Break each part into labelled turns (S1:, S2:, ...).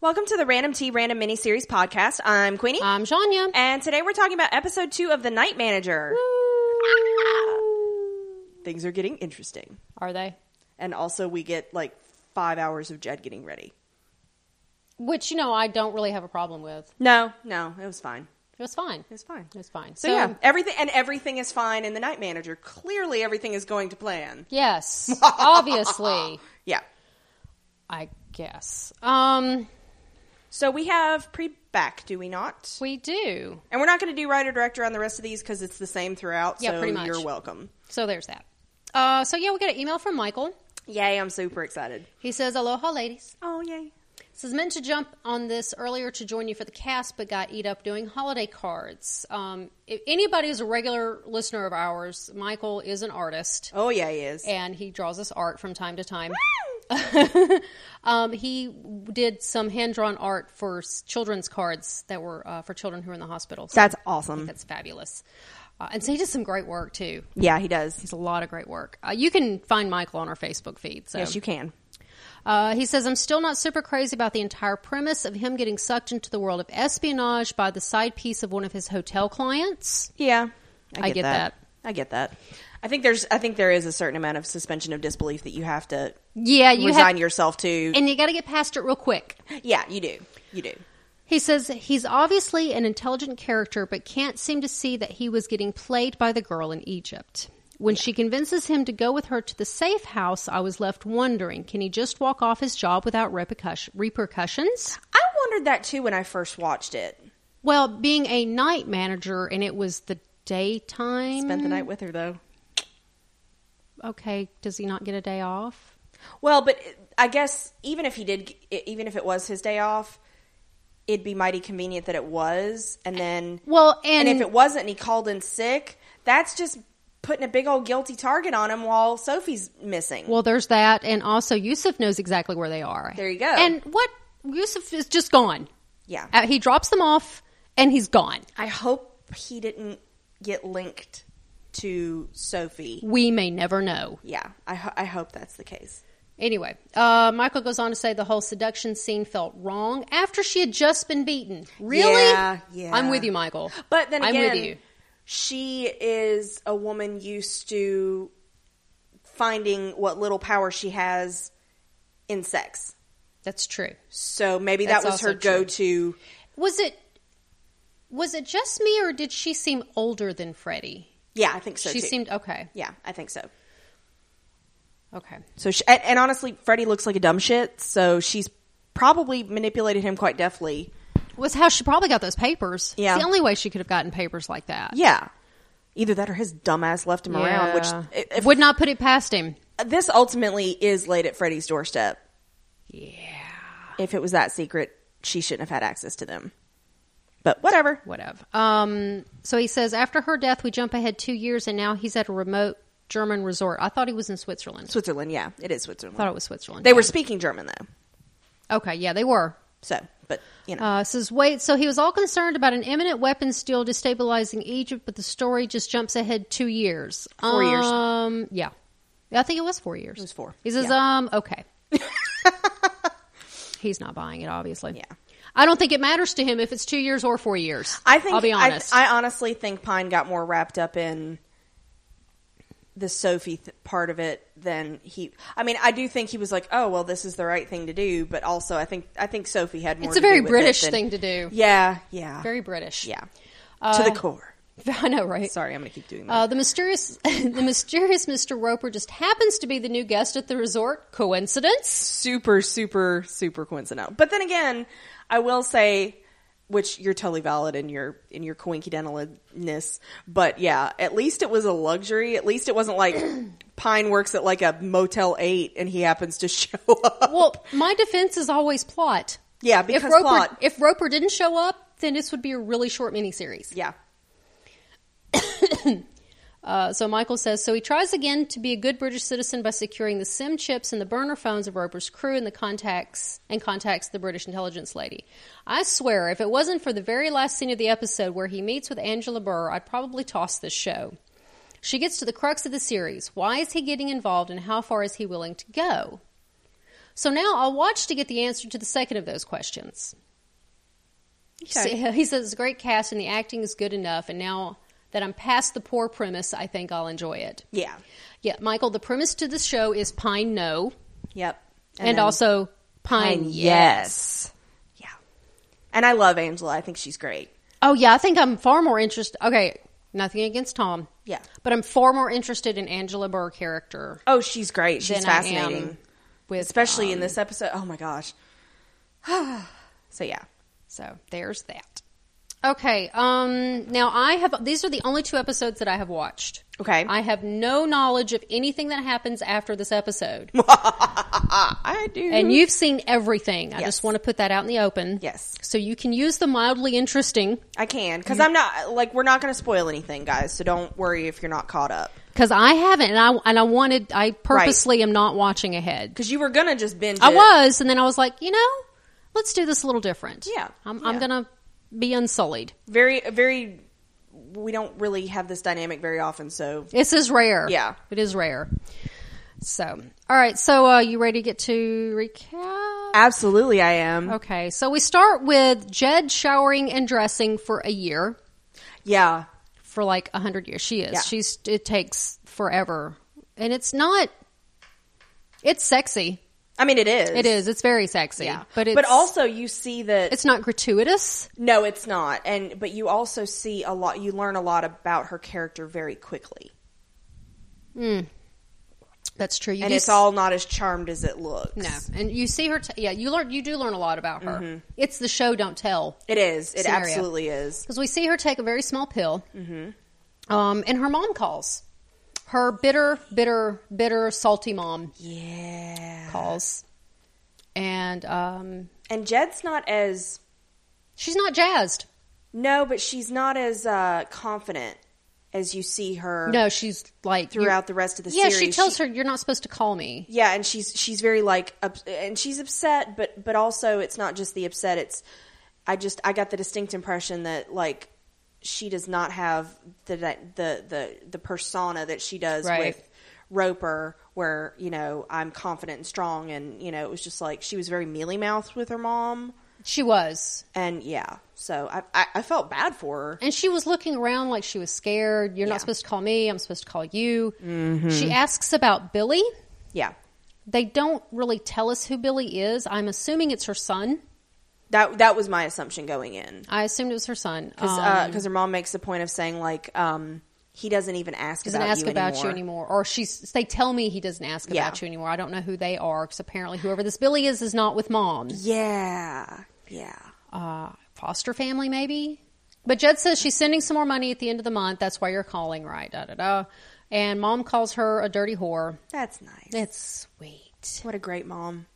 S1: Welcome to the Random Tea Random Miniseries podcast. I'm Queenie.
S2: I'm Um, Shania.
S1: and today we're talking about episode two of The Night Manager. Things are getting interesting.
S2: Are they?
S1: And also, we get like five hours of Jed getting ready.
S2: Which you know I don't really have a problem with.
S1: No, no, it was fine.
S2: It was fine.
S1: It was fine.
S2: It was fine.
S1: So, yeah, everything and everything is fine in The Night Manager. Clearly, everything is going to plan.
S2: Yes, obviously.
S1: Yeah.
S2: I guess. Um,
S1: So we have pre back, do we not?
S2: we do.
S1: And we're not going to do writer director on the rest of these because it's the same throughout.
S2: Yeah,
S1: so
S2: pretty much.
S1: You're welcome.
S2: So there's that. Uh, so yeah, we got an email from Michael.
S1: Yay! I'm super excited.
S2: He says, "Aloha, ladies.
S1: Oh yay!
S2: Says meant to jump on this earlier to join you for the cast, but got eat up doing holiday cards. Um, if anybody is a regular listener of ours, Michael is an artist.
S1: Oh yeah, he is.
S2: and he draws us art from time to time. um, he did some hand drawn art for s- children's cards that were uh, for children who are in the hospital. So
S1: That's awesome.
S2: that's fabulous. Uh, and so he does some great work too.
S1: Yeah, he does.
S2: He's a lot of great work. Uh, you can find Michael on our Facebook feed. So.
S1: Yes, you can.
S2: Uh, he says, I'm still not super crazy about the entire premise of him getting sucked into the world of espionage by the side piece of one of his hotel clients.
S1: Yeah,
S2: I get that.
S1: I get that. I think there's. I think there is a certain amount of suspension of disbelief that you have to
S2: Yeah, you
S1: resign
S2: have,
S1: yourself to.
S2: and you got to get past it real quick.
S1: yeah, you do. You do.
S2: He says he's obviously an intelligent character, but can't seem to see that he was getting played by the girl in Egypt. When she convinces him to go with her to the safe house, I was left wondering can he just walk off his job without repercussion- repercussions?
S1: I wondered that too when I first watched it.
S2: Well, being a night manager and it was the daytime.
S1: Spent the night with her though.
S2: Okay, does he not get a day off?
S1: Well, but I guess even if he did, even if it was his day off, it'd be mighty convenient that it was. And then,
S2: Well,
S1: and,
S2: and,
S1: if it wasn't, and he called in sick, that's just putting a big old guilty target on him while Sophie's missing.
S2: well, there's that, and also Yusuf knows exactly where they are.
S1: There you go.
S2: And what Yusuf is just gone.
S1: yeah,
S2: Uh, he drops them off, and he's gone.
S1: I hope he didn't get linked to Sophie.
S2: we may never know.
S1: Yeah, I ho- I hope that's the case.
S2: Anyway, uh, Michael goes on to say the whole seduction scene felt wrong after she had just been beaten. Really?
S1: Yeah, yeah.
S2: I'm with you, Michael.
S1: But then again,
S2: I'm with you.
S1: she is a woman used to finding what little power she has in sex.
S2: That's true.
S1: So maybe
S2: That's
S1: that was her
S2: also true.
S1: go-to.
S2: Was it was it just me, or did she seem older than Freddie?
S1: Yeah, I think so.
S2: she
S1: too.
S2: seemed okay.
S1: Yeah, I think so.
S2: Okay.
S1: So she, and, and honestly, Freddie looks like a dumb shit. So she's probably manipulated him quite deftly.
S2: Was how she probably got those papers.
S1: Yeah.
S2: It's the only way she could have gotten papers like that.
S1: Yeah, either that or his dumbass left him around. Which
S2: Yeah.
S1: i- if,
S2: would not put it past him.
S1: this ultimately is laid at Freddie's doorstep.
S2: Yeah.
S1: If it was that secret, she shouldn't have had access to them. But whatever.
S2: whatever. Um, so he says, after her death, we jump ahead two years, and now he's at a remote German resort. I thought he was in Switzerland.
S1: Switzerland, yeah, it is
S2: I thought
S1: Switzerland.
S2: it was Switzerland.
S1: They were speaking German though,
S2: okay. Yeah, they were.
S1: so but you know,
S2: Uh, says, wait. So he was all concerned about an imminent weapons deal destabilizing Egypt, but the story just jumps ahead two years.
S1: Four years.
S2: Um, yeah, I think it was four years. It
S1: was four.
S2: He says, um, okay. he's not buying it, obviously.
S1: Yeah.
S2: I don't think it matters to him if it's two years or four years.
S1: I think
S2: I'll be
S1: I-
S2: honest.
S1: I, honestly think Pine got more wrapped up in the Sophie th- part of it than he. I mean, I do think he was like, "Oh, well, this is the right thing to do," but also I think I think Sophie had more.
S2: It's a
S1: to do
S2: very
S1: with it
S2: British
S1: than-
S2: thing to do.
S1: Yeah, yeah,
S2: Very British. Uh,
S1: yeah, to the core.
S2: I know, right?
S1: Sorry, I'm going to keep doing that.
S2: Uh, the mysterious, the mysterious Mr. Roper just happens to be the new guest at the resort. Coincidence?
S1: super, super, super coincidental. But then again, I will say, which you're totally valid in your in your coincidentalness. But yeah, at least it was a luxury. At least it wasn't like Pine works at like a Motel Eight and he happens to show up.
S2: Well, my defense is always plot.
S1: Yeah, because
S2: if Roper,
S1: plot.
S2: If Roper didn't show up, then this would be a really short miniseries.
S1: Yeah,
S2: Uh, so Michael says, so he tries again to be a good British citizen by securing the SIM chips and the burner phones of Roper's crew and the contacts and contacts the British intelligence lady. I swear, if it wasn't for the very last scene of the episode where he meets with Angela Burr, I'd probably toss this show. She gets to the crux of the series. Why is he getting involved and how far is he willing to go? So now I'll watch to get the answer to the second of those questions.
S1: Okay.
S2: So- he says it's a great cast and the acting is good enough. And now that I'm past the poor premise, I think I'll enjoy it.
S1: Yeah.
S2: Yeah, Michael, the premise to the show is Pine No
S1: Yep. then-
S2: and, also Pine,
S1: And
S2: yes.
S1: yes. Yeah. And I love Angela. I think she's great.
S2: Oh, yeah, I think I'm far more interested. Okay, nothing against Tom.
S1: Yeah.
S2: But I'm far more interested in Angela Burr character
S1: Oh, she's great. She's
S2: than I
S1: fascinating.
S2: am with.
S1: Especially
S2: um,
S1: in this episode. Oh my gosh. so yeah.
S2: So there's that. Okay, um, now I have. These are the only two episodes that I have watched.
S1: Okay.
S2: I have no knowledge of anything that happens after this episode.
S1: I do.
S2: and you've seen everything. I
S1: Yes.
S2: just want to put that out in the open.
S1: Yes.
S2: So you can use the mildly interesting
S1: I can because I'm not like we're not going to spoil anything, guys. So don't worry if you're not caught up
S2: because I haven't, and I and I wanted. I purposely am not watching ahead.
S1: because you were gonna just binge.
S2: I
S1: it.
S2: was, and then I was like, you know, let's do this a little different.
S1: Yeah.
S2: I'm, I'm
S1: Yeah.
S2: gonna be unsullied.
S1: very, very. We don't really have this dynamic very often, so
S2: This is rare.
S1: Yeah.
S2: it is rare. So, all right. So, uh, you ready to get to recap?
S1: absolutely I am.
S2: Okay. So we start with Jed showering and dressing for a year.
S1: Yeah,
S2: for like a hundred years. She is.
S1: Yeah.
S2: She's. It takes forever, and it's not. It's sexy.
S1: I mean it is.
S2: It is. It's very sexy.
S1: Yeah,
S2: But it's,
S1: but also you see that
S2: it's not gratuitous.
S1: no, it's not. And but you also see a lot. You learn a lot about her character very quickly,
S2: That's true. You
S1: and
S2: do
S1: it's
S2: s-
S1: all not as charmed as it looks.
S2: No, Mm-hmm. and you see her. T- yeah, you learn. You do learn a lot about her. It's the show don't tell
S1: it is. It
S2: Scenario.
S1: absolutely is.
S2: because we see her take a very small pill,
S1: Mm-hmm.
S2: um, and her mom calls. Her bitter, bitter, bitter, salty mom
S1: Yeah,
S2: calls, and um,
S1: and Jed's not as
S2: she's not jazzed.
S1: No, but she's not as uh, confident as you see her
S2: No, she's like you-
S1: throughout the rest of the
S2: yeah,
S1: series.
S2: she tells her you're not supposed to call me.
S1: Yeah, and she's she's very like up, and she's upset, but but also it's not just the upset. It's I just I got the distinct impression that like she does not have the the the the persona that she does
S2: Right.
S1: with Roper, where you know I'm confident and strong, and you know it was just like she was very mealy mouthed with her mom,
S2: She was,
S1: and yeah, so I I, I felt bad for her.
S2: and she was looking around like she was scared. You're
S1: Yeah. Mm-hmm.
S2: not supposed to call me. I'm supposed to call you. She asks about Billy.
S1: Yeah.
S2: They don't really tell us who Billy is. I'm assuming it's her son.
S1: That that was my assumption going in
S2: I assumed it was her son.
S1: because
S2: Um,
S1: her mom makes a point of saying like um, he doesn't even ask
S2: doesn't
S1: about
S2: ask
S1: you
S2: about
S1: anymore.
S2: you anymore, or she's. They tell me he doesn't ask
S1: Yeah.
S2: about you anymore. I don't know who they are because apparently whoever this Billy is is not with mom.
S1: Yeah, yeah,
S2: Uh, foster family maybe. But Jed says she's sending some more money at the end of the month. That's why you're calling, right? Da da da. And mom calls her a dirty whore.
S1: that's nice.
S2: That's sweet.
S1: What a great mom.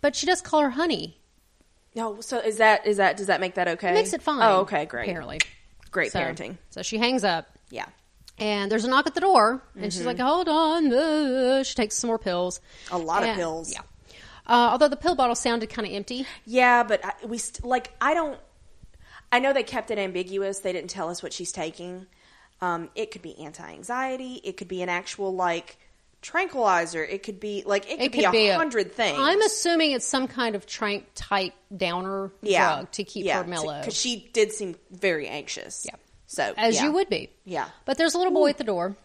S2: But she does call her honey.
S1: No, so is that is that does that make that okay?
S2: Makes it fine.
S1: Oh, okay, great,
S2: Apparently.
S1: great
S2: So-
S1: parenting.
S2: So she hangs up.
S1: Yeah,
S2: And there's a knock at the door, and she's
S1: Mm-hmm.
S2: like, "Hold on!" uh, she takes some more pills.
S1: A lot of
S2: And-
S1: pills.
S2: Yeah. Uh, although the pill bottle sounded kind of empty.
S1: yeah, but I, we st- like I don't. I know they kept it ambiguous. They didn't tell us what she's taking. Um, it could be anti-anxiety. It could be an actual like tranquilizer. It could be like it could, be, a hundred things.
S2: I'm assuming it's some kind of trank type downer drug to keep her mellow,
S1: Because she did seem very anxious.
S2: Yeah.
S1: So
S2: as
S1: yeah.
S2: you would be.
S1: Yeah. Mm-hmm.
S2: But there's a little boy at the door,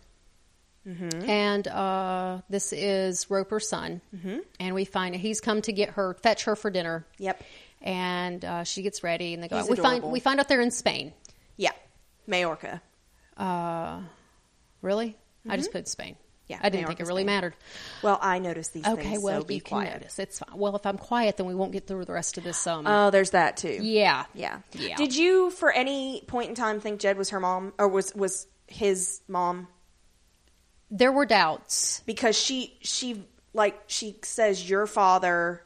S2: and uh, this is Roper's son, mm-hmm. and we find he's come to get her, fetch her for dinner.
S1: Yep.
S2: And uh, she gets ready, and they go.
S1: He's
S2: out. We find
S1: adorable.
S2: we find out they're in Spain.
S1: Yeah. Majorca.
S2: Really? I just put Spain.
S1: Mm-hmm. Yeah,
S2: I didn't think it
S1: Mallorca's
S2: really
S1: Spain.
S2: mattered.
S1: Well, I noticed these
S2: Okay,
S1: things.
S2: well,
S1: so be
S2: you can
S1: quiet.
S2: notice. It's fine. Well, if I'm quiet, then we won't get through the rest of this. Um,
S1: Oh, there's that too.
S2: yeah,
S1: Yeah.
S2: yeah.
S1: Did you, for any point in time, think Jed was her mom or was was his mom?
S2: there were doubts.
S1: Because she she like she says your father.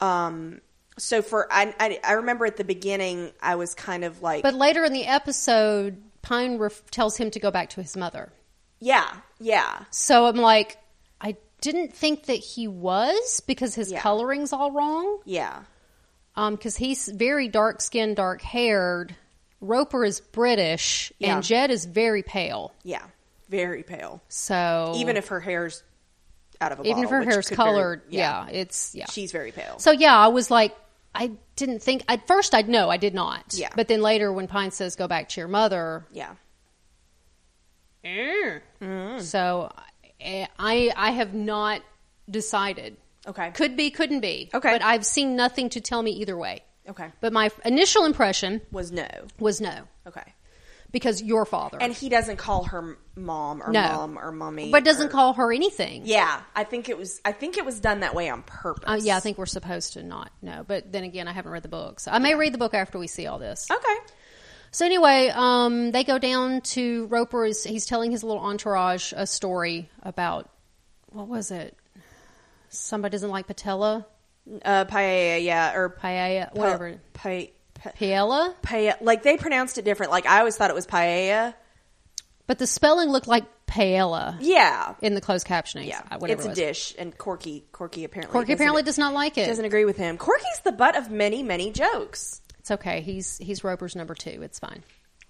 S1: Um. So for I I, I remember at the beginning I was kind of like
S2: But later in the episode, Pine ref- tells him to go back to his mother.
S1: yeah yeah
S2: So I'm like, I didn't think that he was because his
S1: Yeah.
S2: coloring's all wrong.
S1: yeah
S2: Um, because he's very dark skinned, dark haired. Roper is British,
S1: Yeah.
S2: and Jed is very pale.
S1: yeah very pale
S2: So
S1: even if her hair's out of a
S2: Oh. Even
S1: bottle,
S2: if her
S1: which
S2: hair's
S1: could very-
S2: colored, yeah. it's yeah.
S1: she's very pale.
S2: So yeah, I was like, I didn't think at first. I'd no, I did not.
S1: Yeah.
S2: But then later, when Pine says, "Go back to your mother,"
S1: yeah, Mm.
S2: so I, I I have not decided.
S1: okay,
S2: Could be, couldn't be.
S1: Okay.
S2: But I've seen nothing to tell me either way.
S1: okay,
S2: But my initial impression
S1: was no,
S2: was no,
S1: okay,
S2: because your father,
S1: and he doesn't call her m- mom or
S2: No.
S1: mom or mummy,
S2: but doesn't
S1: or-
S2: call her anything.
S1: Yeah, I think it was. I think it was done that way on purpose.
S2: Uh, yeah, I think we're supposed to not know. But then again, I haven't read the book. So I may read the book after we see all this.
S1: Okay.
S2: So anyway, um, they go down to Roper. Is he's telling his little entourage a story about what was it? Somebody doesn't like patella,
S1: Uh, paella, yeah, or
S2: paella, whatever.
S1: Pa- pa-
S2: Paella,
S1: paella. Like they pronounced it different. Like I always thought it was paella.
S2: but the spelling looked like paella
S1: Yeah,
S2: in the closed captioning.
S1: yeah.
S2: uh, whatever
S1: it's a
S2: it was.
S1: dish, and Corky, Corky apparently,
S2: Corky
S1: doesn't-
S2: apparently does not like it.
S1: doesn't agree with him. Corky's the butt of many, many jokes.
S2: It's okay. He's he's Roper's number two. It's fine.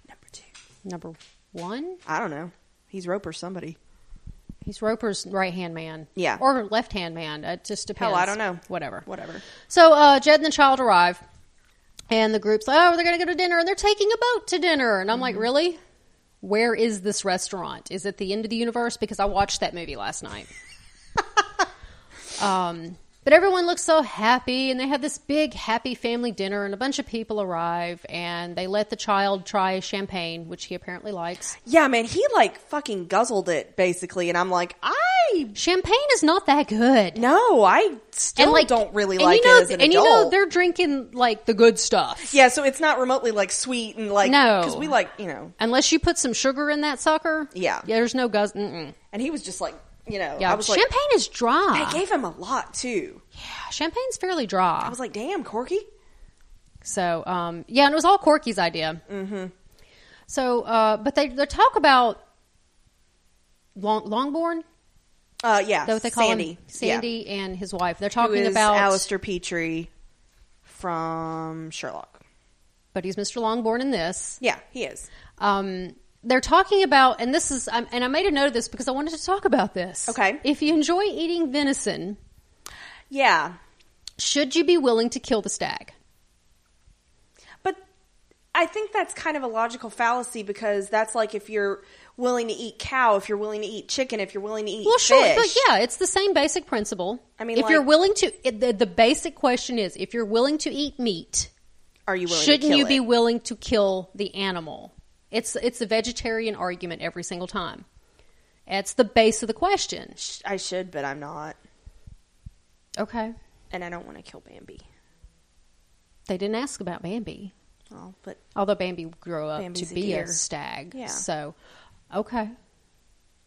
S1: Number two.
S2: Number one,
S1: I don't know. He's Roper somebody.
S2: he's Roper's right hand man.
S1: Yeah.
S2: or left hand man. It just depends.
S1: Hell, I don't know.
S2: Whatever.
S1: Whatever.
S2: So uh, Jed and the child arrive, and the group's like, "Oh, they're going to go to dinner, and they're taking a boat to dinner." And I'm
S1: Mm-hmm.
S2: like, "Really? Where is this restaurant? Is it the end of the universe? Because I watched that movie last night." um, but everyone looks so happy, and they have this big happy family dinner, and a bunch of people arrive, and they let the child try champagne, which he apparently likes.
S1: Yeah, man, he like fucking guzzled it basically, and I'm like, I
S2: Champagne is not that good.
S1: no, I still don't really like
S2: you know,
S1: it as an
S2: and
S1: adult.
S2: you know they're drinking like the good stuff.
S1: Yeah, so it's not remotely like sweet and like
S2: No.
S1: because we like you know,
S2: Unless you put some sugar in that sucker.
S1: Yeah.
S2: Yeah, there's no guzz. Mm-mm.
S1: and he was just like you know,
S2: Yeah.
S1: I was
S2: Champagne is dry.
S1: like, they gave him a lot too.
S2: Yeah, Champagne's fairly dry.
S1: I was like, damn, Corky.
S2: so, um, yeah, and it was all Corky's idea. Mm-hmm. So, uh, but they, they talk about Long, Longborn. Is
S1: Uh, yeah,
S2: that what they call
S1: Sandy,
S2: him?
S1: Yeah.
S2: Sandy and his wife. They're
S1: who
S2: talking
S1: is
S2: about.
S1: Alistair Petrie from Sherlock.
S2: But he's Mr. Longborn in this.
S1: Yeah, he is.
S2: um, they're talking about, and this is, um, and I made a note of this because I wanted to talk about this.
S1: Okay.
S2: If you enjoy eating venison,
S1: Yeah,
S2: should you be willing to kill the stag?
S1: but I think that's kind of a logical fallacy because that's like if you're willing to eat cow, if you're willing to eat chicken, if you're willing to eat
S2: Well,
S1: fish.
S2: sure, but yeah, it's the same basic principle.
S1: I mean,
S2: if you're
S1: like-
S2: willing to, it- the, the basic question is, if you're willing to eat meat,
S1: Are you willing? to
S2: shouldn't
S1: kill
S2: you be
S1: it?
S2: willing to kill the animal? It's it's a vegetarian argument every single time. It's the base of the question.
S1: Sh- I should, but I'm not,
S2: Okay,
S1: and I don't want to kill Bambi.
S2: they didn't ask about Bambi.
S1: Oh, but
S2: Although Bambi grew up
S1: Bambi's a
S2: to be a,
S1: deer.
S2: stag.
S1: Yeah.
S2: So, okay.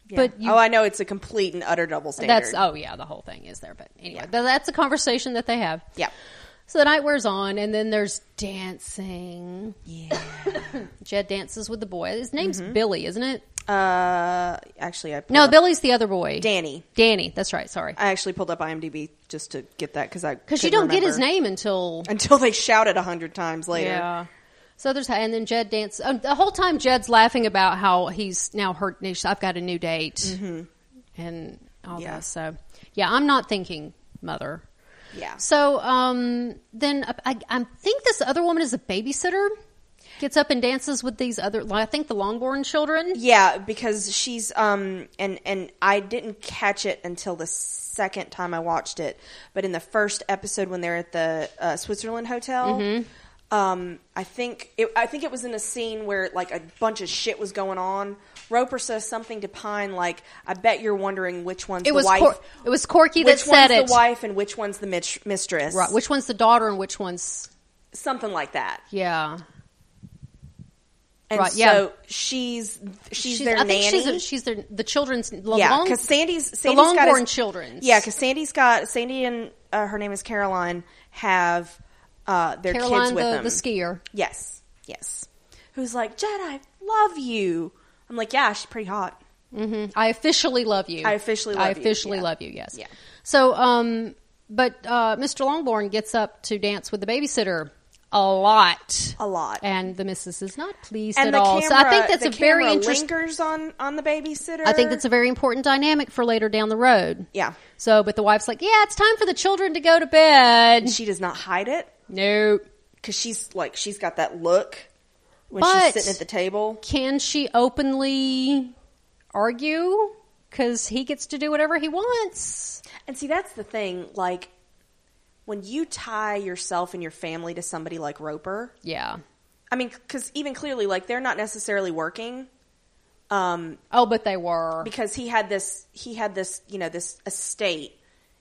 S1: yeah.
S2: But you-
S1: oh, I know it's a complete and utter double standard.
S2: That's, oh, yeah, the whole thing is there. But anyway, but that's a conversation that they have.
S1: yeah,
S2: So the night wears on, and then there's dancing.
S1: yeah.
S2: Jed dances with the boy. His name's
S1: Mm-hmm.
S2: Billy, isn't it?
S1: Uh, actually, I pulled
S2: No,
S1: up
S2: Billy's the other boy.
S1: Danny.
S2: Danny, that's right. Sorry.
S1: I actually pulled up IMDb just to get that because I
S2: Because you
S1: couldn't
S2: don't get his
S1: remember.
S2: name until.
S1: until they shout it a hundred times later.
S2: Yeah. So there's, and then Jed dances. Oh, the whole time Jed's laughing about how he's now hurt. he's, I've got a new date. And all
S1: Mm-hmm. Yeah.
S2: that. So, yeah, I'm not thinking mother.
S1: Yeah.
S2: So um, then I, I think this other woman is a babysitter. Gets up and dances with these other. I think the Longborn children.
S1: Yeah, because she's um and and I didn't catch it until the second time I watched it, but in the first episode when they're at the uh, Switzerland hotel,
S2: Mm-hmm.
S1: um, I think it, I think it was in a scene where like a bunch of shit was going on. Roper says something to Pine like, "I bet you're wondering which one's
S2: It
S1: the
S2: was
S1: wife,
S2: Cor- it was Corky that
S1: which
S2: said
S1: one's
S2: it.
S1: the wife, and which one's the mit- mistress,
S2: Right, which one's the daughter and which one's
S1: something like that."
S2: yeah.
S1: And
S2: Right,
S1: so
S2: yeah.
S1: she's she's, their nanny.
S2: she's a- she's their, the children's long,
S1: Yeah, because Sandy's Sandy's got
S2: Longborn
S1: his-
S2: children's.
S1: Yeah, because Sandy's got Sandy and uh, her name is Caroline have uh, their
S2: Caroline
S1: kids with
S2: the,
S1: them.
S2: the skier.
S1: yes, yes. Who's like Jed? I love you. I'm like, yeah, she's pretty hot.
S2: hmm I officially love you.
S1: I officially
S2: I
S1: love you,
S2: officially
S1: yeah.
S2: love you. Yes.
S1: Yeah.
S2: So, um, but uh, Mr. Longborn gets up to dance with the babysitter. a lot.
S1: A lot.
S2: And the missus is not pleased
S1: and
S2: at
S1: the
S2: all.
S1: camera,
S2: so I think that's
S1: the
S2: a very
S1: camera
S2: interesting.
S1: lingers on on the babysitter.
S2: I think that's a very important dynamic for later down the road.
S1: yeah.
S2: So, but the wife's like, "Yeah, it's time for the children to go to bed."
S1: And she does not hide it
S2: No.
S1: because she's like she's got that look when
S2: But-
S1: she's sitting at the table.
S2: Can she openly argue? Because he gets to do whatever he wants.
S1: And see, that's the thing. Like when you tie yourself and your family to somebody like Roper,
S2: Yeah.
S1: I mean, because even clearly, like they're not necessarily working. Um,
S2: Oh, but they were.
S1: because he had this he had this you know this estate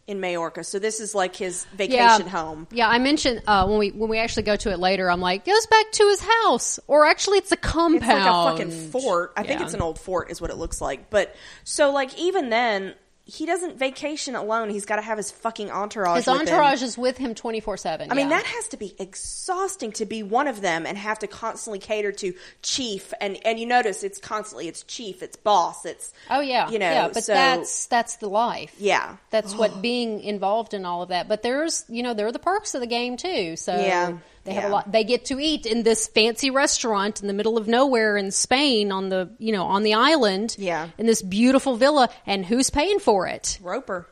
S1: in Majorca. So this is like his vacation home.
S2: Yeah, I mentioned uh, when we when we actually go to it later. I'm like, goes back to his house, or actually, it's a compound.
S1: It's like a fucking fort. I think
S2: Yeah.
S1: it's an old fort is what it looks like. But so like even then he doesn't vacation alone. He's got to have his fucking entourage.
S2: His
S1: with him.
S2: entourage is with him 24 seven.
S1: I mean that has to be exhausting to be one of them and have to constantly cater to chief and and you notice it's constantly it's chief, it's boss, it's
S2: Oh yeah,
S1: you know,
S2: yeah, but
S1: so
S2: that's that's the life.
S1: yeah.
S2: That's what being involved in all of that. But there's, you know, there are the perks of the game too. So
S1: Yeah,
S2: they have a
S1: yeah.
S2: lot. They get to eat in this fancy restaurant in the middle of nowhere in Spain on the, you know, on the island.
S1: Yeah.
S2: In this beautiful villa, and who's paying for it?
S1: Roper.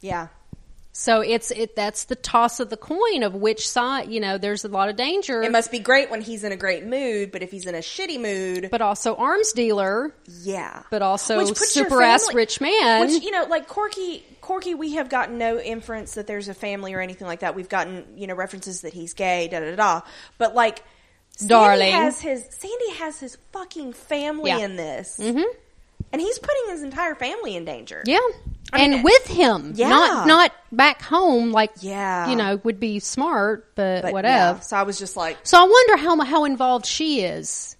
S1: Yeah.
S2: So it's it. That's the toss of the coin of which side. You know, there's a lot of danger.
S1: It must be great when he's in a great mood, but if he's in a shitty mood,
S2: but also arms dealer.
S1: yeah.
S2: But also
S1: Which puts your
S2: super ass
S1: family-
S2: rich man.
S1: Which you know, like Corky, Corky, we have gotten no inference that there's a family or anything like that. We've gotten you know references that he's gay, da da da. da. But like, Sandy
S2: Darling.
S1: has his Sandy has his fucking family
S2: Yeah.
S1: in this, mm-hmm. and he's putting his entire family in danger.
S2: Yeah.
S1: I mean,
S2: and with him,
S1: yeah.
S2: not not back home, like
S1: Yeah.
S2: you know, would be smart, but,
S1: But,
S2: whatever.
S1: yeah, So I was just like,
S2: So I wonder how mu- how involved she is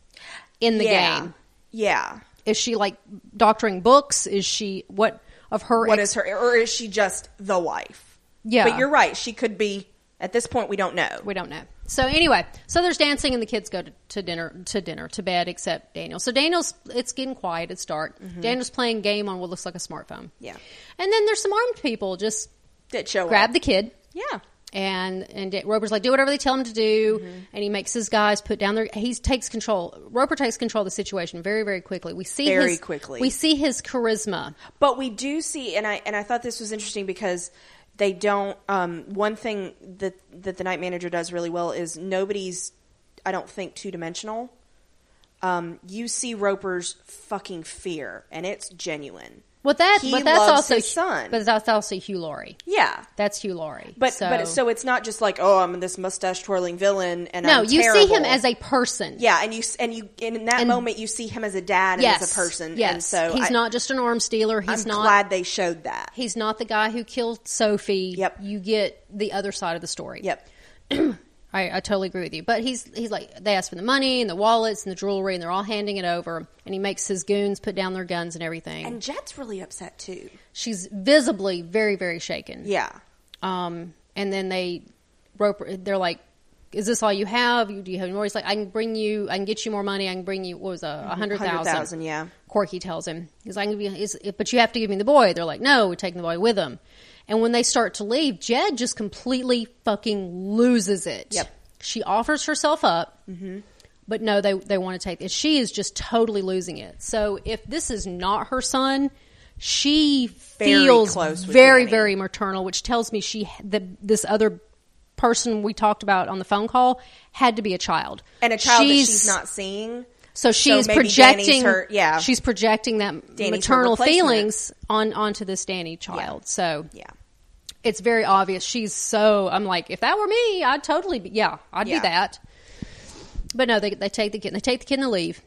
S2: in the
S1: yeah,
S2: game.
S1: yeah.
S2: Is she like doctoring books? Is she what of her?
S1: What
S2: ex-
S1: is her, or is she just the wife?
S2: Yeah.
S1: But you're right. She could be. At this point, we don't know.
S2: we don't know. So anyway, so there's dancing and the kids go to, to dinner to dinner to bed except Daniel. So Daniel's it's getting quiet. It's dark. Daniel's playing game on what looks like a smartphone.
S1: Mm-hmm. Yeah.
S2: and then there's some armed people just
S1: Did show
S2: grab
S1: up.
S2: the kid.
S1: yeah.
S2: and and Dan- Roper's like, do whatever they tell him to do,
S1: Mm-hmm.
S2: and he makes his guys put down their. He takes control. Roper takes control of the situation very very quickly. We see
S1: Very
S2: his,
S1: quickly.
S2: We see his charisma.
S1: But we do see, and I and I thought this was interesting because they don't. Um, one thing that that the night manager does really well is nobody's. I don't think two dimensional. Um, you see Roper's fucking fear, and it's genuine.
S2: Well, that
S1: He
S2: but that's
S1: loves
S2: also
S1: his son.
S2: But that's also Hugh Laurie.
S1: yeah,
S2: That's Hugh Laurie.
S1: but but so it's not just like oh, I'm this mustache twirling villain, and
S2: no,
S1: I'm
S2: you see him
S1: terrible.
S2: as a person.
S1: yeah, and you s- and you and in that
S2: And-
S1: moment you see him as a dad and
S2: Yes.
S1: as a person.
S2: Yes.
S1: and so
S2: he's
S1: I,
S2: not just an arms dealer.
S1: I'm
S2: He's not.
S1: glad they showed that.
S2: He's not the guy who killed Sophie.
S1: Yep.
S2: You get the other side of the story.
S1: Yep.
S2: I, I totally agree with you. But he's he's like they ask for the money and the wallets and the jewelry and they're all handing it over and he makes his goons put down their guns and everything.
S1: And Jet's really upset too.
S2: She's visibly very very shaken.
S1: Yeah.
S2: Um. And then they rope. They're like, "Is this all you have? You, do you have any more?" He's like, "I can bring you. I can get you more money. I can bring you what was a hundred thousand.
S1: 100,000, yeah.
S2: Corky tells him, "He's like, is, but you have to give me the boy." They're like, "No, we're taking the boy with him." And when they start to leave, Jed just completely fucking loses it.
S1: Yep. Mm-hmm.
S2: She offers herself up, but no, they they want to take it. She is just totally losing it. So if this is not her son, she
S1: Very
S2: feels
S1: close with
S2: very
S1: Danny.
S2: very maternal, which tells me she the, this other person we talked about on the phone call had to be a child
S1: and a child
S2: She's-
S1: that she's not seeing.
S2: so she
S1: So
S2: is
S1: maybe
S2: projecting
S1: Danny's her- yeah.
S2: she's projecting that
S1: Danny's her
S2: maternal
S1: replacement.
S2: feelings on onto this Danny child. So
S1: Yeah.
S2: it's very obvious. She's so I'm like, if that were me, I'd totally be, yeah, I'd
S1: Yeah.
S2: do that. But no, they they take the kid they take the kid and they leave.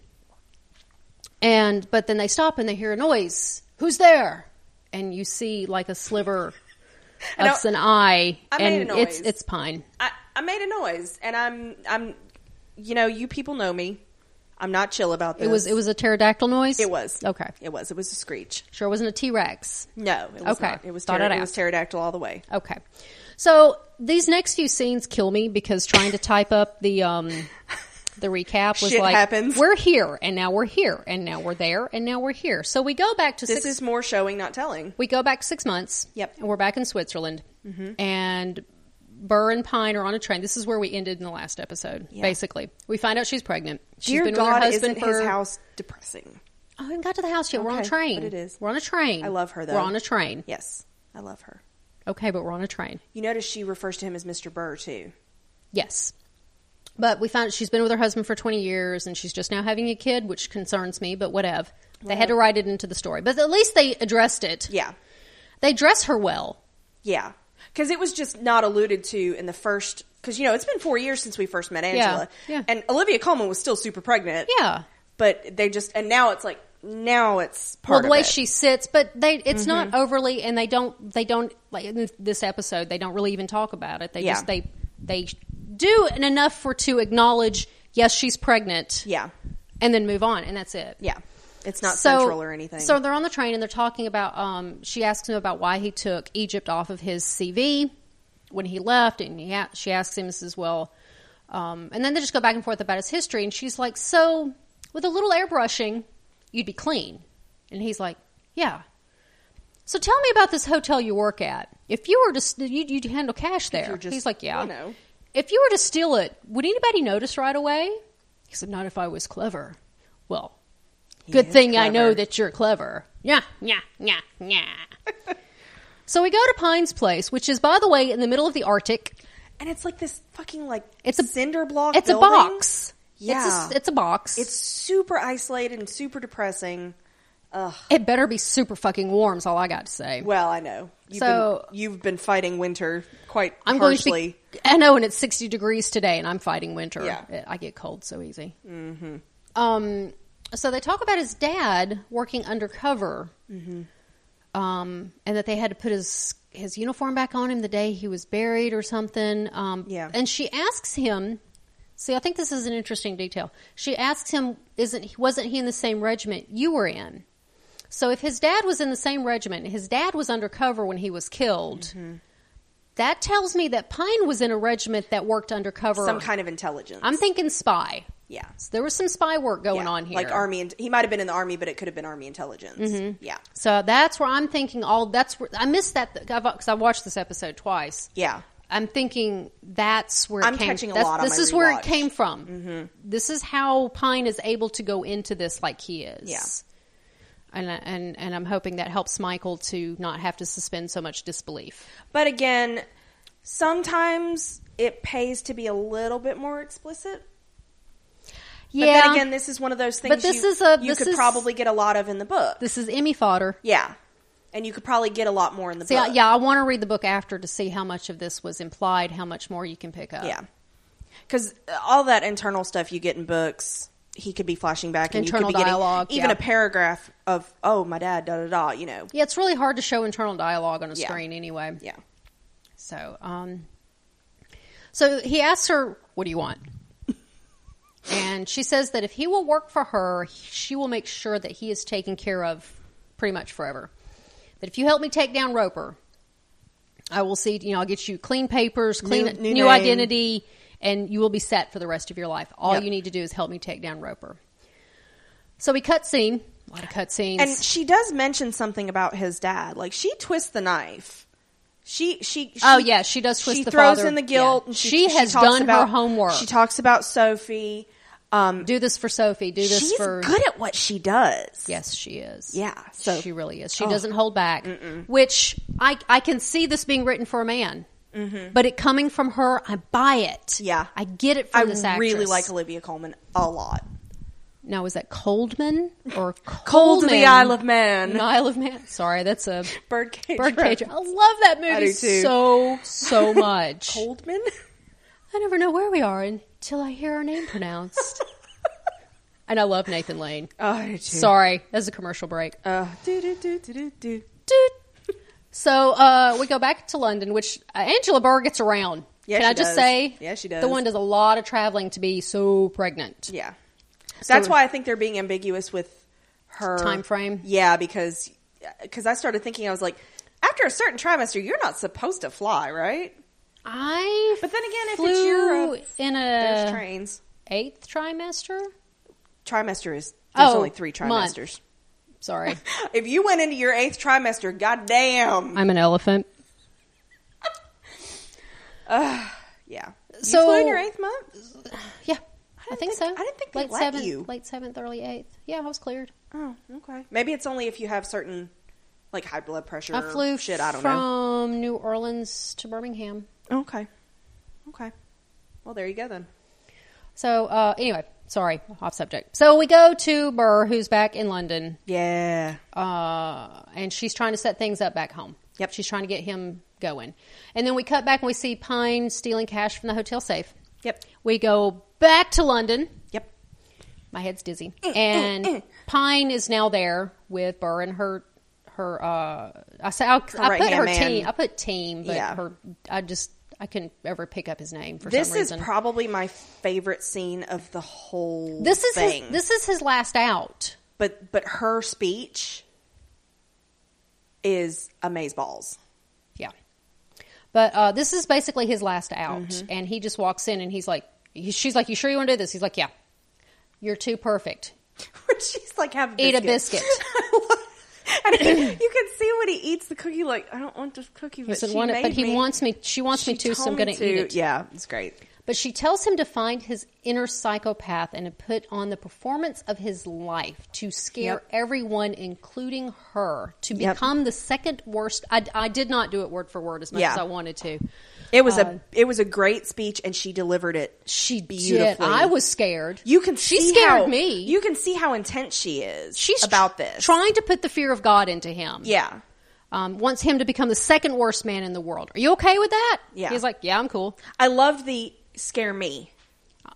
S2: And but then they stop and they hear a noise. Who's there? And you see like a sliver
S1: I
S2: of
S1: don't-
S2: an eye,
S1: I made a
S2: and it's
S1: noise.
S2: it's Pine.
S1: I, I made a noise and I'm I'm you know, you people know me. I'm not chill about this.
S2: It was it was a pterodactyl noise.
S1: it was.
S2: okay.
S1: It was. It was a screech.
S2: Sure, it wasn't a T Rex.
S1: No, it was
S2: Okay.
S1: not. It was
S2: Thought
S1: pter-
S2: I'd
S1: it was
S2: ask.
S1: pterodactyl all the way.
S2: Okay. So these next few scenes kill me because trying to type up the um the recap was
S1: Shit
S2: like
S1: happens.
S2: we're here and now we're here and now we're there and now we're here. So we go back to
S1: This
S2: six
S1: is more showing, not telling.
S2: we go back six months.
S1: Yep. Mm-hmm.
S2: And we're back in Switzerland. And Burr and Pine are on a train. This is where we ended in the last episode.
S1: Yeah.
S2: Basically, we find out she's pregnant. She's
S1: Dear
S2: been
S1: God,
S2: with her
S1: isn't
S2: husband for
S1: his house depressing?
S2: Oh, I haven't got to the house yet. We're on a
S1: Okay,
S2: train.
S1: but it is.
S2: We're on a train.
S1: I love her, though.
S2: We're on a train.
S1: Yes, I love her.
S2: Okay, but we're on a train.
S1: You notice she refers to him as Mr. Burr too.
S2: Yes. But we found she's been with her husband for 20 years and she's just now having a kid, which concerns me, but whatever. They had to write it into the story. But at least they addressed it.
S1: Yeah,
S2: They dress her well.
S1: yeah, because it was just not alluded to in the first. Because you know it's been four years since we first met Angela,
S2: yeah.
S1: and Olivia Coleman was still super pregnant.
S2: Yeah.
S1: but they just and now it's like now it's
S2: Well,
S1: part
S2: the way
S1: of it. Mm-hmm.
S2: she sits, but they it's not overly and they don't they don't like in this episode, they don't really even talk about it. They
S1: Yeah.
S2: just they they do enough for to acknowledge yes, she's pregnant.
S1: yeah,
S2: And then move on and that's it.
S1: yeah, it's not central or anything.
S2: So they're on the train and they're talking about. Um, she asks him about why he took Egypt off of his CV when he left, and he a- she asks him this as well. Um, and then they just go back and forth about his history, and she's like, "So with a little airbrushing, you'd be clean," and he's like, "Yeah." So tell me about this hotel you work at. If you were to st- you'd, you'd handle cash there,
S1: you're just-
S2: he's like, "Yeah."
S1: you know.
S2: If you were to steal it, would anybody notice right away? He said, "Not if I was clever." Well, Good
S1: is
S2: thing I know
S1: clever.
S2: that you're clever. Yeah, yeah, yeah, yeah. so we go to Pine's place, which is, by the way, in the middle of the Arctic.
S1: and it's like this fucking like
S2: It's a
S1: cinder block.
S2: It's
S1: building.
S2: a box.
S1: Yeah.
S2: it's a, it's a box.
S1: It's super isolated and super depressing. Ugh.
S2: it better be super fucking warm. Is all I got to say.
S1: Well, I know. You've
S2: So-
S1: been, you've been fighting winter quite
S2: I'm
S1: harshly.
S2: going to. Be, I know, and it's 60 degrees today, and I'm fighting winter.
S1: Yeah.
S2: I get cold so easy. Mm-hmm. Um, so they talk about his dad working undercover, um, and that they had to put his his uniform back on him the day he was buried or something. Um,
S1: Yeah.
S2: And she asks him. See, I think this is an interesting detail. She asks him, "Isn't wasn't he in the same regiment you were in?" So if his dad was in the same regiment, his dad was undercover when he was killed.
S1: Mm-hmm.
S2: That tells me that Pine was in a regiment that worked undercover.
S1: Some kind of intelligence.
S2: I'm thinking spy.
S1: yeah.
S2: So there was some spy work going
S1: Yeah.
S2: on here. Mm-hmm.
S1: Like army, and, he might have been in the army, but it could have been army intelligence. Yeah,
S2: So that's where I'm thinking. All that's where I missed that because I watched this episode twice.
S1: yeah,
S2: I'm thinking that's where it
S1: I'm
S2: came,
S1: catching a
S2: that's-
S1: lot on
S2: This
S1: my
S2: is where
S1: rewatch. Mm-hmm.
S2: it came from. This is how Pine is able to go into this like he is.
S1: Yeah.
S2: And, I- and and I'm hoping that helps Michael to not have to suspend so much disbelief.
S1: But again, sometimes it pays to be a little bit more explicit. But then again, this is one of those things.
S2: But this
S1: you,
S2: is a-
S1: you
S2: this
S1: could
S2: is-
S1: probably get a lot of in the book.
S2: this is Emmy fodder.
S1: yeah, and you could probably get a lot more in the
S2: See, I,
S1: book.
S2: yeah, I want to read the book after to see how much of this was implied, how much more you can pick up.
S1: Yeah. Because all that internal stuff you get in books, he could be flashing back and
S2: Internal
S1: you could be
S2: dialogue,
S1: getting even
S2: yeah.
S1: a paragraph of, oh, my dad, da da da, you know.
S2: Yeah, it's really hard to show internal dialogue on a
S1: Yeah.
S2: screen anyway.
S1: Yeah.
S2: So, um, so he asks her, "What do you want?" and she says that if he will work for her, she will make sure that he is taken care of pretty much forever. That if you help me take down Roper, I will see. You know, I'll get you clean papers, clean
S1: New-
S2: new,
S1: new name.
S2: identity, and you will be set for the rest of your life. All
S1: Yep.
S2: you need to do is help me take down Roper. So we cut scene. A lot of cut scenes.
S1: And she does mention something about his dad. Like, she twists the knife. She, she, she
S2: Oh, yeah, she does twist
S1: she
S2: the
S1: throws
S2: father-
S1: in the guilt.
S2: yeah.
S1: and
S2: She has
S1: talks
S2: done her
S1: about-
S2: homework.
S1: She talks about Sophie. Um,
S2: do this for Sophie. Do this
S1: she's
S2: for
S1: good at what she does.
S2: Yes, she is.
S1: Yeah, so- Oh.
S2: she really is. She doesn't hold back, which I I can see this being written for a man, but it coming from her, I buy it.
S1: Mm-hmm. Yeah.
S2: I get it from
S1: I
S2: this actress.
S1: really like Olivia Coleman a lot.
S2: Now is that Coldman or Coleman?
S1: Cold to the Isle of Man.
S2: The Isle of Man. Sorry, that's a
S1: Birdcage.
S2: birdcage. I love that
S1: I
S2: movie
S1: do too.
S2: so so much.
S1: Coldman?
S2: I never know where we are until I hear our name pronounced. and I love Nathan Lane.
S1: Oh, I do too.
S2: Sorry, that's a commercial break.
S1: Uh, do, do, do, do, do, do.
S2: Doot. So uh, we go back to London, which uh, Angela Burr gets around.
S1: Yeah,
S2: Can
S1: she
S2: I just
S1: does.
S2: say?
S1: Yeah, she
S2: The
S1: does.
S2: one does a lot of traveling to be so pregnant.
S1: Yeah. That's
S2: So-
S1: why I think they're being ambiguous with her
S2: Time frame?
S1: Yeah, because because I started thinking I was like, after a certain trimester, you're not supposed to fly, right?
S2: I
S1: But then again, if
S2: flew
S1: it's Europe,
S2: in
S1: there's
S2: a
S1: trains.
S2: eighth trimester.
S1: Trimester is there's
S2: Oh,
S1: only three
S2: month.
S1: trimesters.
S2: Sorry,
S1: If you went into your eighth trimester, goddamn.
S2: I'm an elephant.
S1: Yeah. You
S2: So-
S1: flew in your eighth month?
S2: Yeah, I, think,
S1: think-
S2: so.
S1: I didn't think they
S2: late
S1: let
S2: seventh,
S1: you.
S2: late seventh, early eighth. Yeah, I was cleared.
S1: Oh, okay. Maybe it's only if you have certain like high blood pressure.
S2: I flew
S1: Uh, shit. I don't know.
S2: from New Orleans to Birmingham.
S1: Okay. Okay. Well, there you go then.
S2: So uh, anyway, sorry, off subject. So we go to Burr, who's back in London,
S1: Yeah.
S2: uh, and she's trying to set things up back home.
S1: Yep.
S2: she's trying to get him going. And then we cut back and we see Pine stealing cash from the hotel safe.
S1: Yep.
S2: We go back to London.
S1: Yep.
S2: My head's dizzy.
S1: Mm,
S2: And Pine is now there with Burr and her her uh I say I, I put
S1: right-hand
S2: her
S1: man.
S2: team. I put team, but
S1: Yeah.
S2: her I just I couldn't ever pick up his name for
S1: This
S2: some
S1: is
S2: reason.
S1: probably my favorite scene of the whole
S2: this is
S1: thing.
S2: his this is his last out.
S1: but but her speech is amazeballs.
S2: Yeah. But uh, this is basically his last out.
S1: Mm-hmm.
S2: And he just walks in and he's like, he, she's like, you sure you want to do this? He's like, yeah. You're too perfect.
S1: When she's like, have
S2: Eat a biscuit.
S1: and you can see when he eats the cookie, like I don't want this cookie,
S2: He
S1: but
S2: doesn't
S1: she
S2: want it, but
S1: made
S2: he
S1: me.
S2: wants me. She wants me
S1: She
S2: to, so I'm
S1: told
S2: going
S1: me
S2: to eat it.
S1: Yeah, it's great.
S2: But she tells him to find his inner psychopath and to put on the performance of his life to scare
S1: Yep.
S2: everyone, including her, to
S1: Yep.
S2: become the second worst. I, I did not do it word for word as much
S1: Yeah.
S2: as I wanted to.
S1: It was
S2: Uh,
S1: a it was a great speech, and she delivered it.
S2: She did.
S1: Beautifully.
S2: I was scared.
S1: You can
S2: She
S1: see
S2: scared
S1: how-
S2: me.
S1: You can see how intense she is.
S2: She's
S1: about
S2: tr-
S1: this.
S2: trying to put the fear of God into him.
S1: yeah,
S2: um, wants him to become the second worst man in the world. Are you okay with that?
S1: Yeah.
S2: He's like, yeah, I'm cool.
S1: I loved the scare me.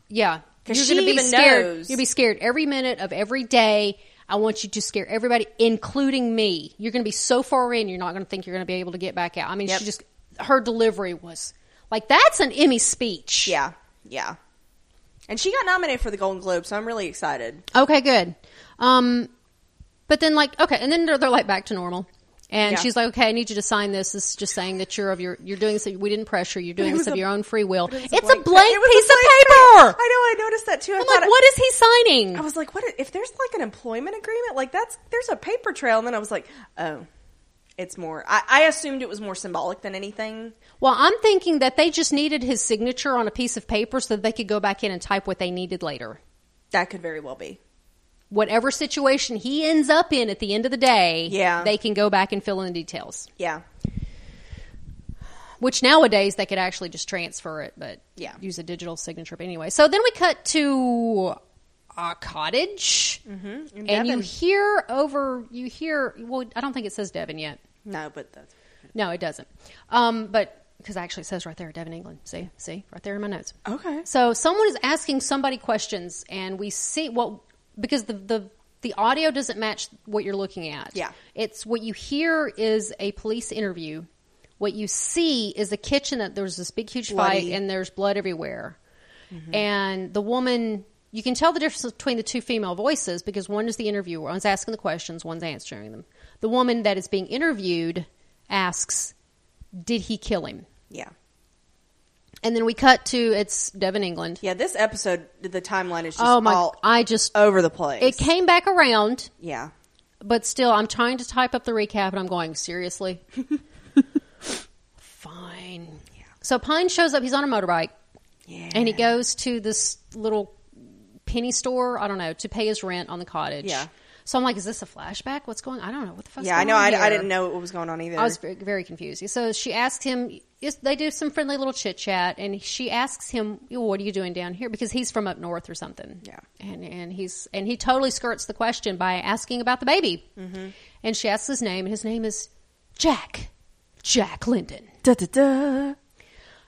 S2: Yeah.
S1: 'Cause
S2: You're
S1: she
S2: gonna be
S1: even
S2: scared.
S1: knows.
S2: You'll be scared every minute of every day. I want you to scare everybody, including me. You're going to be so far in, you're not going to think you're going to be able to get back out. I mean,
S1: Yep.
S2: she just her delivery was like that's an Emmy speech.
S1: Yeah, yeah. And she got nominated for the Golden Globe, so I'm really excited.
S2: Okay, good. Um, but then like okay, and then they're, they're like back to normal. And
S1: Yeah.
S2: she's like, "Okay, I need you to sign this. This is just saying that you're of your you're doing this. We didn't pressure you. You're doing this
S1: was
S2: of
S1: a-
S2: your own free will.
S1: It
S2: It's
S1: was
S2: a blank,
S1: pa- it was a
S2: piece
S1: blank
S2: of
S1: pa-
S2: paper.
S1: I know. I noticed that too. I
S2: I'm
S1: thought
S2: like,
S1: it-
S2: what is he signing?
S1: I was like, what if there's like an employment agreement? Like that's there's a paper trail, and then I was like, oh, it's more. I, I assumed it was more symbolic than anything.
S2: Well, I'm thinking that they just needed his signature on a piece of paper so that they could go back in and type what they needed later.
S1: That could very well be.
S2: Whatever situation he ends up in at the end of the day,
S1: Yeah.
S2: they can go back and fill in the details.
S1: Yeah,
S2: Which nowadays they could actually just transfer it, but
S1: Yeah.
S2: use a digital signature. But anyway, so then we cut to a cottage,
S1: in
S2: and you
S1: Devon.
S2: hear over you hear. Well, I don't think it says Devon yet.
S1: no, but that's
S2: No, it doesn't. Um, but because actually it says right there, Devon, England. See, see, right there in my notes.
S1: okay.
S2: So someone is asking somebody questions, and we see well because the the the audio doesn't match what you're looking at.
S1: Yeah.
S2: it's what you hear is a police interview. What you see is a kitchen that there's this big huge fight
S1: Bloody. Mm-hmm.
S2: and there's blood everywhere, and the woman. You can tell the difference between the two female voices because one is the interviewer, one's asking the questions, one's answering them. The woman that is being interviewed asks, "Did he kill him?"
S1: Yeah,
S2: And then we cut to it's Devon, England,
S1: yeah. This episode, the timeline is just
S2: oh my!
S1: all
S2: I just
S1: over the place.
S2: it came back around,
S1: yeah,
S2: but still, I'm trying to type up the recap, and I'm going seriously. Fine. So Pine shows up. He's on a motorbike,
S1: yeah.
S2: and he goes to this little penny store. I don't know to pay his rent on the cottage.
S1: Yeah.
S2: So I'm like, is this a flashback? What's going? I don't know what the fuck.
S1: yeah, I know. I, I didn't know what was going on either.
S2: I was very, very confused. So she asks him. Yes, they do some friendly little chit chat, and she asks him, well, "What are you doing down here?" Because he's from up north or something.
S1: Yeah.
S2: and and he's and he totally skirts the question by asking about the baby.
S1: Mm-hmm.
S2: And she asks his name, and his name is Jack. Jack Linden.
S1: da, da, da.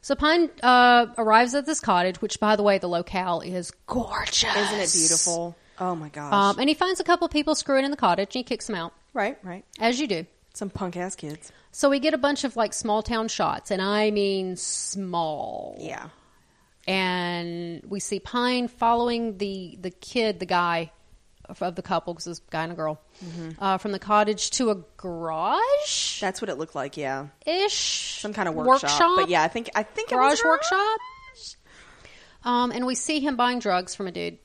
S2: So Pine uh, arrives at this cottage, which, by the way, the locale is gorgeous.
S1: Isn't it beautiful? Oh my gosh!
S2: Um, and he finds a couple of people screwing in the cottage, and he kicks them out,
S1: right, right.
S2: as you do.
S1: Some punk ass kids.
S2: So we get a bunch of like small town shots, and I mean small.
S1: Yeah,
S2: And we see Pine following the the kid, the guy of- of the couple, because it's a guy and a girl,
S1: Mm-hmm.
S2: uh, from the cottage to a garage
S1: that's what it looked like. Yeah.
S2: ish,
S1: some kind of workshop. But yeah, I think I think it was
S2: garage
S1: a
S2: workshop. Um, and we see him buying drugs from a dude.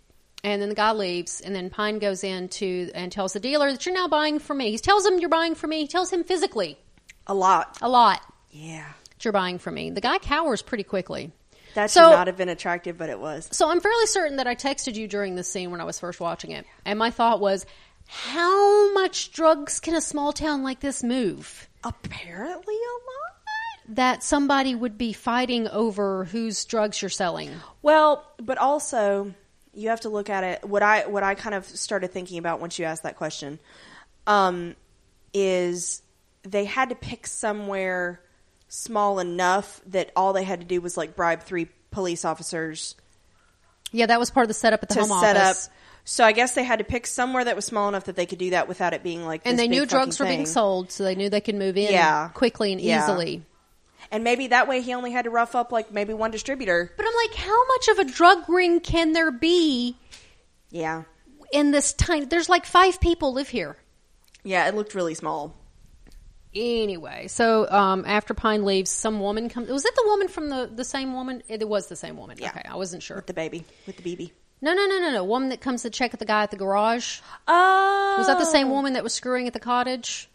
S2: And then the guy leaves, and then Pine goes in to and tells the dealer that you're now buying from me. He tells him you're buying from me. He tells him physically
S1: A lot.
S2: a lot.
S1: Yeah.
S2: that you're buying from me. The guy cowers pretty quickly.
S1: That
S2: So-
S1: should not have been attractive, but it was.
S2: So I'm fairly certain that I texted you during this scene when I was first watching it. And my thought was, how much drugs can a small town like this move?
S1: Apparently a lot.
S2: That somebody would be fighting over whose drugs you're selling.
S1: Well, but also you have to look at it. What I what I kind of started thinking about once you asked that question um, is they had to pick somewhere small enough that all they had to do was like bribe three police officers
S2: Yeah, that was part of the setup at the
S1: to
S2: home
S1: set
S2: office.
S1: up. So I guess they had to pick somewhere that was small enough that they could do that without it being like.
S2: and
S1: this
S2: they
S1: big
S2: knew drugs were
S1: fucking
S2: being
S1: thing.
S2: sold, so they knew they could move in
S1: Yeah.
S2: quickly and
S1: Yeah.
S2: easily.
S1: and maybe that way he only had to rough up like maybe one distributor.
S2: But I'm like, how much of a drug ring can there be
S1: Yeah,
S2: in this tiny? There's like five people live here.
S1: yeah, it looked really small.
S2: Anyway, so um, after Pine leaves, some woman comes. Was it the woman from the the same woman? It was the same woman.
S1: Yeah.
S2: Okay, I wasn't sure.
S1: with the baby, with the BB.
S2: No, no, no, no, no. Woman that comes to check at the guy at the garage.
S1: Oh,
S2: Was that the same woman that was screwing at the cottage?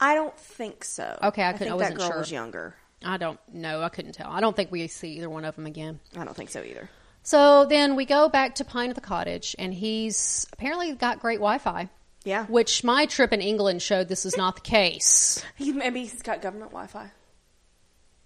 S1: I don't think so.
S2: Okay, I couldn't- I
S1: think
S2: wasn't
S1: that girl
S2: sure.
S1: was younger.
S2: I don't know. I couldn't tell. I don't think we see either one of them again.
S1: I don't think so either.
S2: So then we go back to Pine at the cottage, and he's apparently got great Wi-Fi.
S1: Yeah.
S2: Which my trip in England showed this is not the case.
S1: He, maybe he's got government Wi-Fi.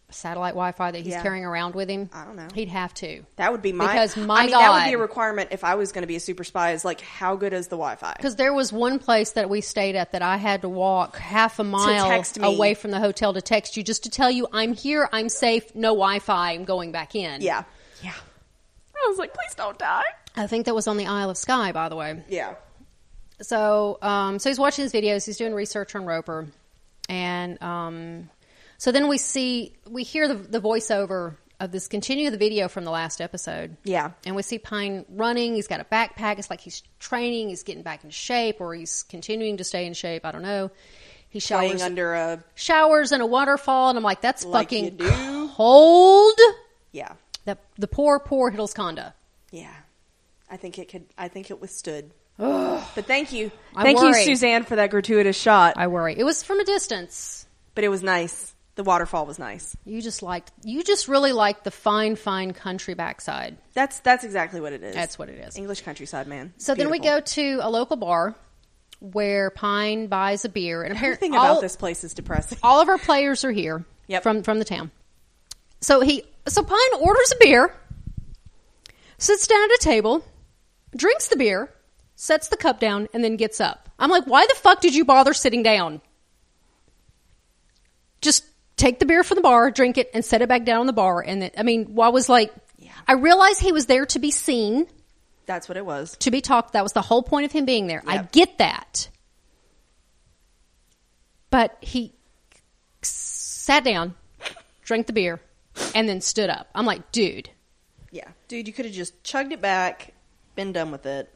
S2: Satellite Wi-Fi that he's
S1: Yeah.
S2: carrying around with him.
S1: I don't know.
S2: He'd have to.
S1: That would be my
S2: Because my
S1: I mean, that would be a
S2: God.
S1: requirement if I was going to be a super spy. Is like how good is the Wi-Fi?
S2: Because there was one place that we stayed at that I had to walk half a mile
S1: text me.
S2: away from the hotel to text you just to tell you I'm here, I'm safe, no Wi Fi, I'm going back in.
S1: Yeah, yeah. I was like, please don't die.
S2: I think that was on the Isle of Skye, by the way.
S1: Yeah,
S2: So, um, so he's watching his videos. He's doing research on Roper, and um, so then we see we hear the, the voiceover of this continue of the video from the last episode.
S1: Yeah.
S2: and we see Pine running. He's got a backpack. It's like he's training. He's getting back in shape, or he's continuing to stay in shape. I don't know. He
S1: playing
S2: showers
S1: under a
S2: showers in a waterfall, and I'm like, that's
S1: Like you
S2: fucking
S1: do.
S2: cold.
S1: yeah,
S2: The the poor poor Hiddlesconda.
S1: yeah. I think it could. I think it withstood. But thank you,
S2: I
S1: thank
S2: worry.
S1: you, Suzanne, for that gratuitous shot.
S2: I worry. It was from a distance.
S1: But it was nice. The waterfall was nice.
S2: You just liked you just really liked the fine, fine country backside.
S1: That's that's exactly what it is.
S2: That's what it is.
S1: English countryside, man.
S2: So then we go to a local bar where Pine buys a beer and
S1: Everything
S2: apparently
S1: about
S2: all,
S1: this place is depressing.
S2: all of our players are here
S1: Yep.
S2: from from the town. So he so Pine orders a beer, sits down at a table, drinks the beer, sets the cup down, and then gets up. I'm like, why the fuck did you bother sitting down? Just take the beer from the bar, drink it, and set it back down on the bar. And then, I mean, why was like,
S1: Yeah.
S2: I realized he was there to be seen,
S1: That's what it was.
S2: to be talked. That was the whole point of him being there. I
S1: Yep.
S2: get that. But he sat down, drank the beer, and then stood up. I'm like, dude.
S1: Yeah, dude, you could have just chugged it back, been done with it.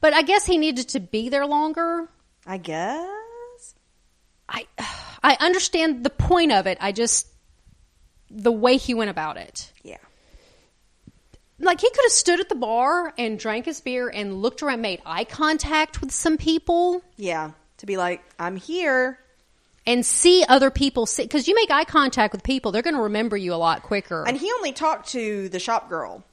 S2: But I guess he needed to be there longer.
S1: I guess.
S2: I I understand the point of it. I just the way he went about it.
S1: Yeah,
S2: Like he could have stood at the bar and drank his beer and looked around, made eye contact with some people
S1: yeah. To be like, I'm here.
S2: and see other people see cuz you make eye contact with people, they're going to remember you a lot quicker.
S1: And he only talked to the shop girl,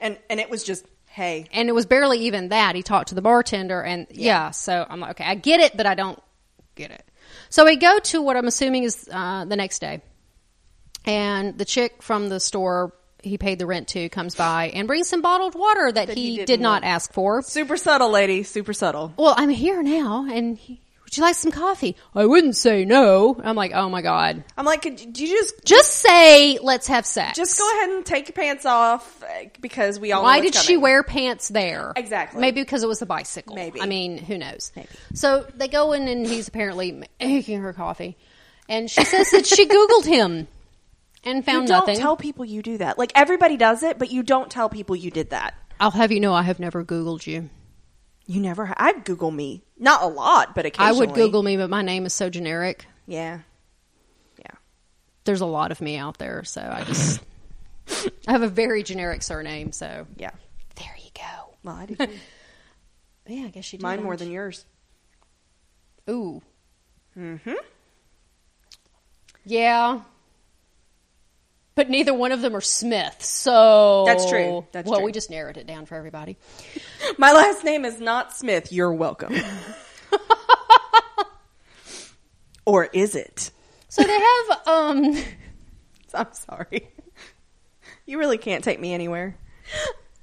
S1: and and it was just, hey,
S2: and it was barely even that he talked to the bartender and yeah, so i'm like okay i get it but i don't get it so we go to what i'm assuming is uh, the next day and the chick from the store he paid the rent to comes by and brings some bottled water that,
S1: That
S2: he,
S1: he
S2: did
S1: didn't
S2: not
S1: want.
S2: ask for
S1: super subtle, lady, super subtle.
S2: well i'm here now and he, would you like some coffee i wouldn't say no i'm like oh my god
S1: I'm like, could, do you just
S2: just say let's have sex
S1: just go ahead and take your pants off uh, because we all.
S2: Why
S1: know
S2: did
S1: what's
S2: she
S1: coming.
S2: wear pants there?
S1: Exactly.
S2: Maybe because it was a bicycle.
S1: Maybe.
S2: I mean, who knows?
S1: Maybe.
S2: So they go in, and he's apparently making her coffee, and she says that she Googled him and found
S1: You don't
S2: nothing.
S1: tell people you do that. Like everybody does it, but you don't tell people you did that.
S2: I'll have you know, I have never Googled you.
S1: You never. Ha- I Google me, not a lot, but
S2: I
S1: occasionally.
S2: would Google me, but my name is so generic.
S1: Yeah, yeah.
S2: There's a lot of me out there, so I just I have a very generic surname. So
S1: Yeah.
S2: there you go.
S1: Well, I do. too.
S2: Yeah, I guess she did.
S1: Mine more than yours.
S2: Ooh. Mm-hmm. Yeah. But neither one of them are Smith, so
S1: That's true. That's
S2: well,
S1: true.
S2: we just narrowed it down for everybody.
S1: My last name is not Smith. You're welcome. or is it?
S2: So they have um,
S1: I'm sorry. You really can't take me anywhere.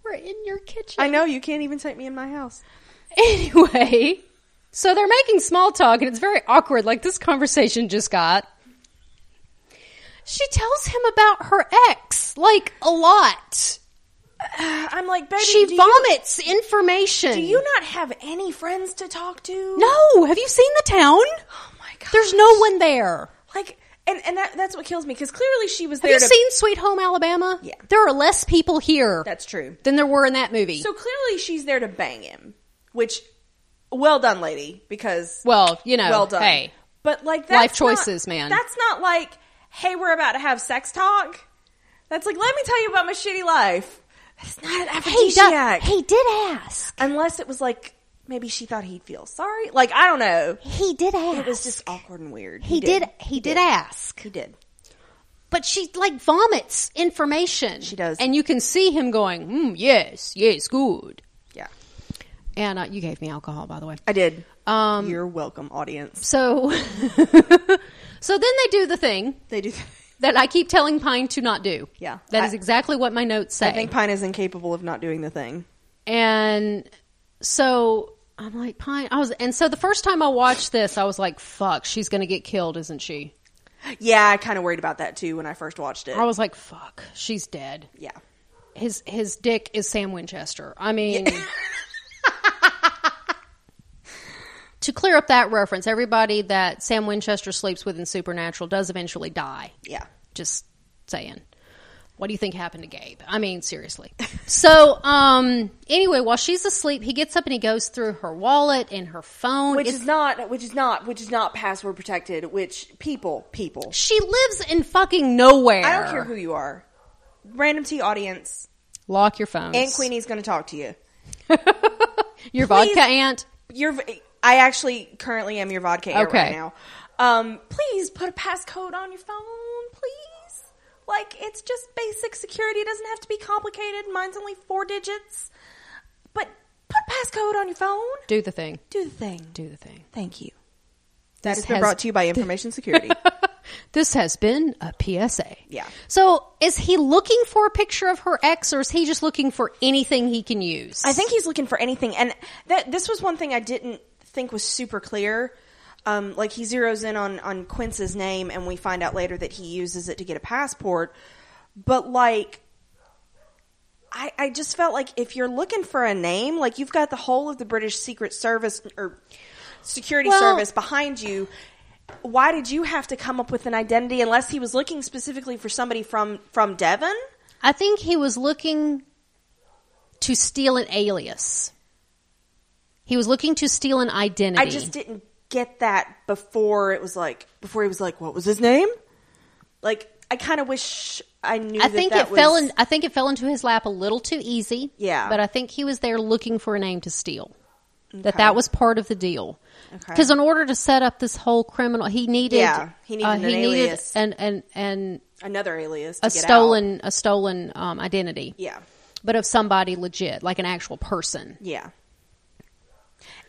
S2: we're in your kitchen.
S1: I know you can't even take me in my house.
S2: Anyway, so they're making small talk and it's very awkward, like this conversation just got. She tells him about her ex, like a lot.
S1: I'm like, baby,
S2: She
S1: do, you,
S2: vomits information.
S1: do you not have any friends to talk to?
S2: No, have you seen the town?
S1: Oh my god.
S2: There's no one there.
S1: like and and that that's what kills me cuz clearly she was
S2: Have
S1: there
S2: you
S1: to
S2: seen Sweet Home Alabama?
S1: Yeah.
S2: There are less people here
S1: That's true.
S2: than there were in that movie.
S1: So clearly she's there to bang him, which well done lady because
S2: well, you know,
S1: well done.
S2: hey.
S1: But like that's
S2: Life
S1: not-
S2: choices, man.
S1: That's not like, hey, we're about to have sex talk. That's like, let me tell you about my shitty life. That's not an
S2: He,
S1: aphrodisiac.
S2: did, he did ask.
S1: Unless it was like maybe she thought he'd feel sorry. Like I don't know.
S2: He did ask.
S1: It was just awkward and weird.
S2: he did. He, did ask.
S1: He did.
S2: But she like vomits information.
S1: She does.
S2: and you can see him going, mm, "Yes, yes, good."
S1: Yeah,
S2: And uh, you gave me alcohol, by the way.
S1: I did.
S2: Um,
S1: You're welcome, audience.
S2: so, so then they do the thing
S1: They do.
S2: that I keep telling Pine to not do.
S1: Yeah.
S2: that is
S1: I-
S2: exactly what my notes say.
S1: I think Pine is incapable of not doing the thing.
S2: and so I'm like, Pine, I was, and so the first time I watched this, I was like, "Fuck, she's gonna get killed, isn't she?"
S1: Yeah, I kind of worried about that too when I first watched it.
S2: I was like, "Fuck, she's dead."
S1: yeah.
S2: his his dick is Sam Winchester. I mean, to clear up that reference, everybody that Sam Winchester sleeps with in Supernatural does eventually die.
S1: Yeah.
S2: Just saying. What do you think happened to Gabe? I mean, seriously. So, um, anyway, while she's asleep, he gets up and he goes through her wallet and her phone.
S1: Which
S2: It's-
S1: is not, which is not, which is not password protected. Which people, people.
S2: she lives in fucking nowhere.
S1: I don't care who you are. Random T audience
S2: Lock your phones.
S1: and Queenie's going to talk to you.
S2: Your
S1: please-
S2: vodka aunt.
S1: You're, I actually currently am your vodka aunt
S2: Okay.
S1: right now. Um, please put a passcode on your phone, please. Like it's just basic security. It doesn't have to be complicated. Mine's only four digits, but put a passcode on your phone.
S2: Do the thing.
S1: Do the thing.
S2: Do the thing.
S1: Thank you. That has
S2: This
S1: been
S2: has-
S1: brought to you by Information Security.
S2: This has been a PSA.
S1: Yeah.
S2: So is he looking for a picture of her ex or is he just looking for anything he can use?
S1: I think he's looking for anything, and that this was one thing I didn't think was super clear. Um, like he zeroes in on on Quince's name, and we find out later that he uses it to get a passport. But like, I I just felt like if you're looking for a name, like you've got the whole of the British Secret Service or security
S2: Well-
S1: service behind you. Why did you have to come up with an identity unless he was looking specifically for somebody from from Devon?
S2: I think he was looking to steal an alias. He was looking to steal an identity.
S1: I just didn't get that before it was like before he was like, what was his name? Like I kind of wish I knew.
S2: I
S1: that
S2: think
S1: that
S2: it
S1: was,
S2: fell in I think it fell into his lap a little too easy.
S1: Yeah.
S2: But I think he was there looking for a name to steal. That that was part of the deal.
S1: Okay.
S2: Because in order to set up this whole criminal, he needed
S1: Yeah,
S2: uh,
S1: he needed an
S2: he needed
S1: alias.
S2: an an, an
S1: another alias. To
S2: a
S1: get out.
S2: stolen a stolen um, identity.
S1: Yeah,
S2: but of somebody legit, like an actual person.
S1: yeah.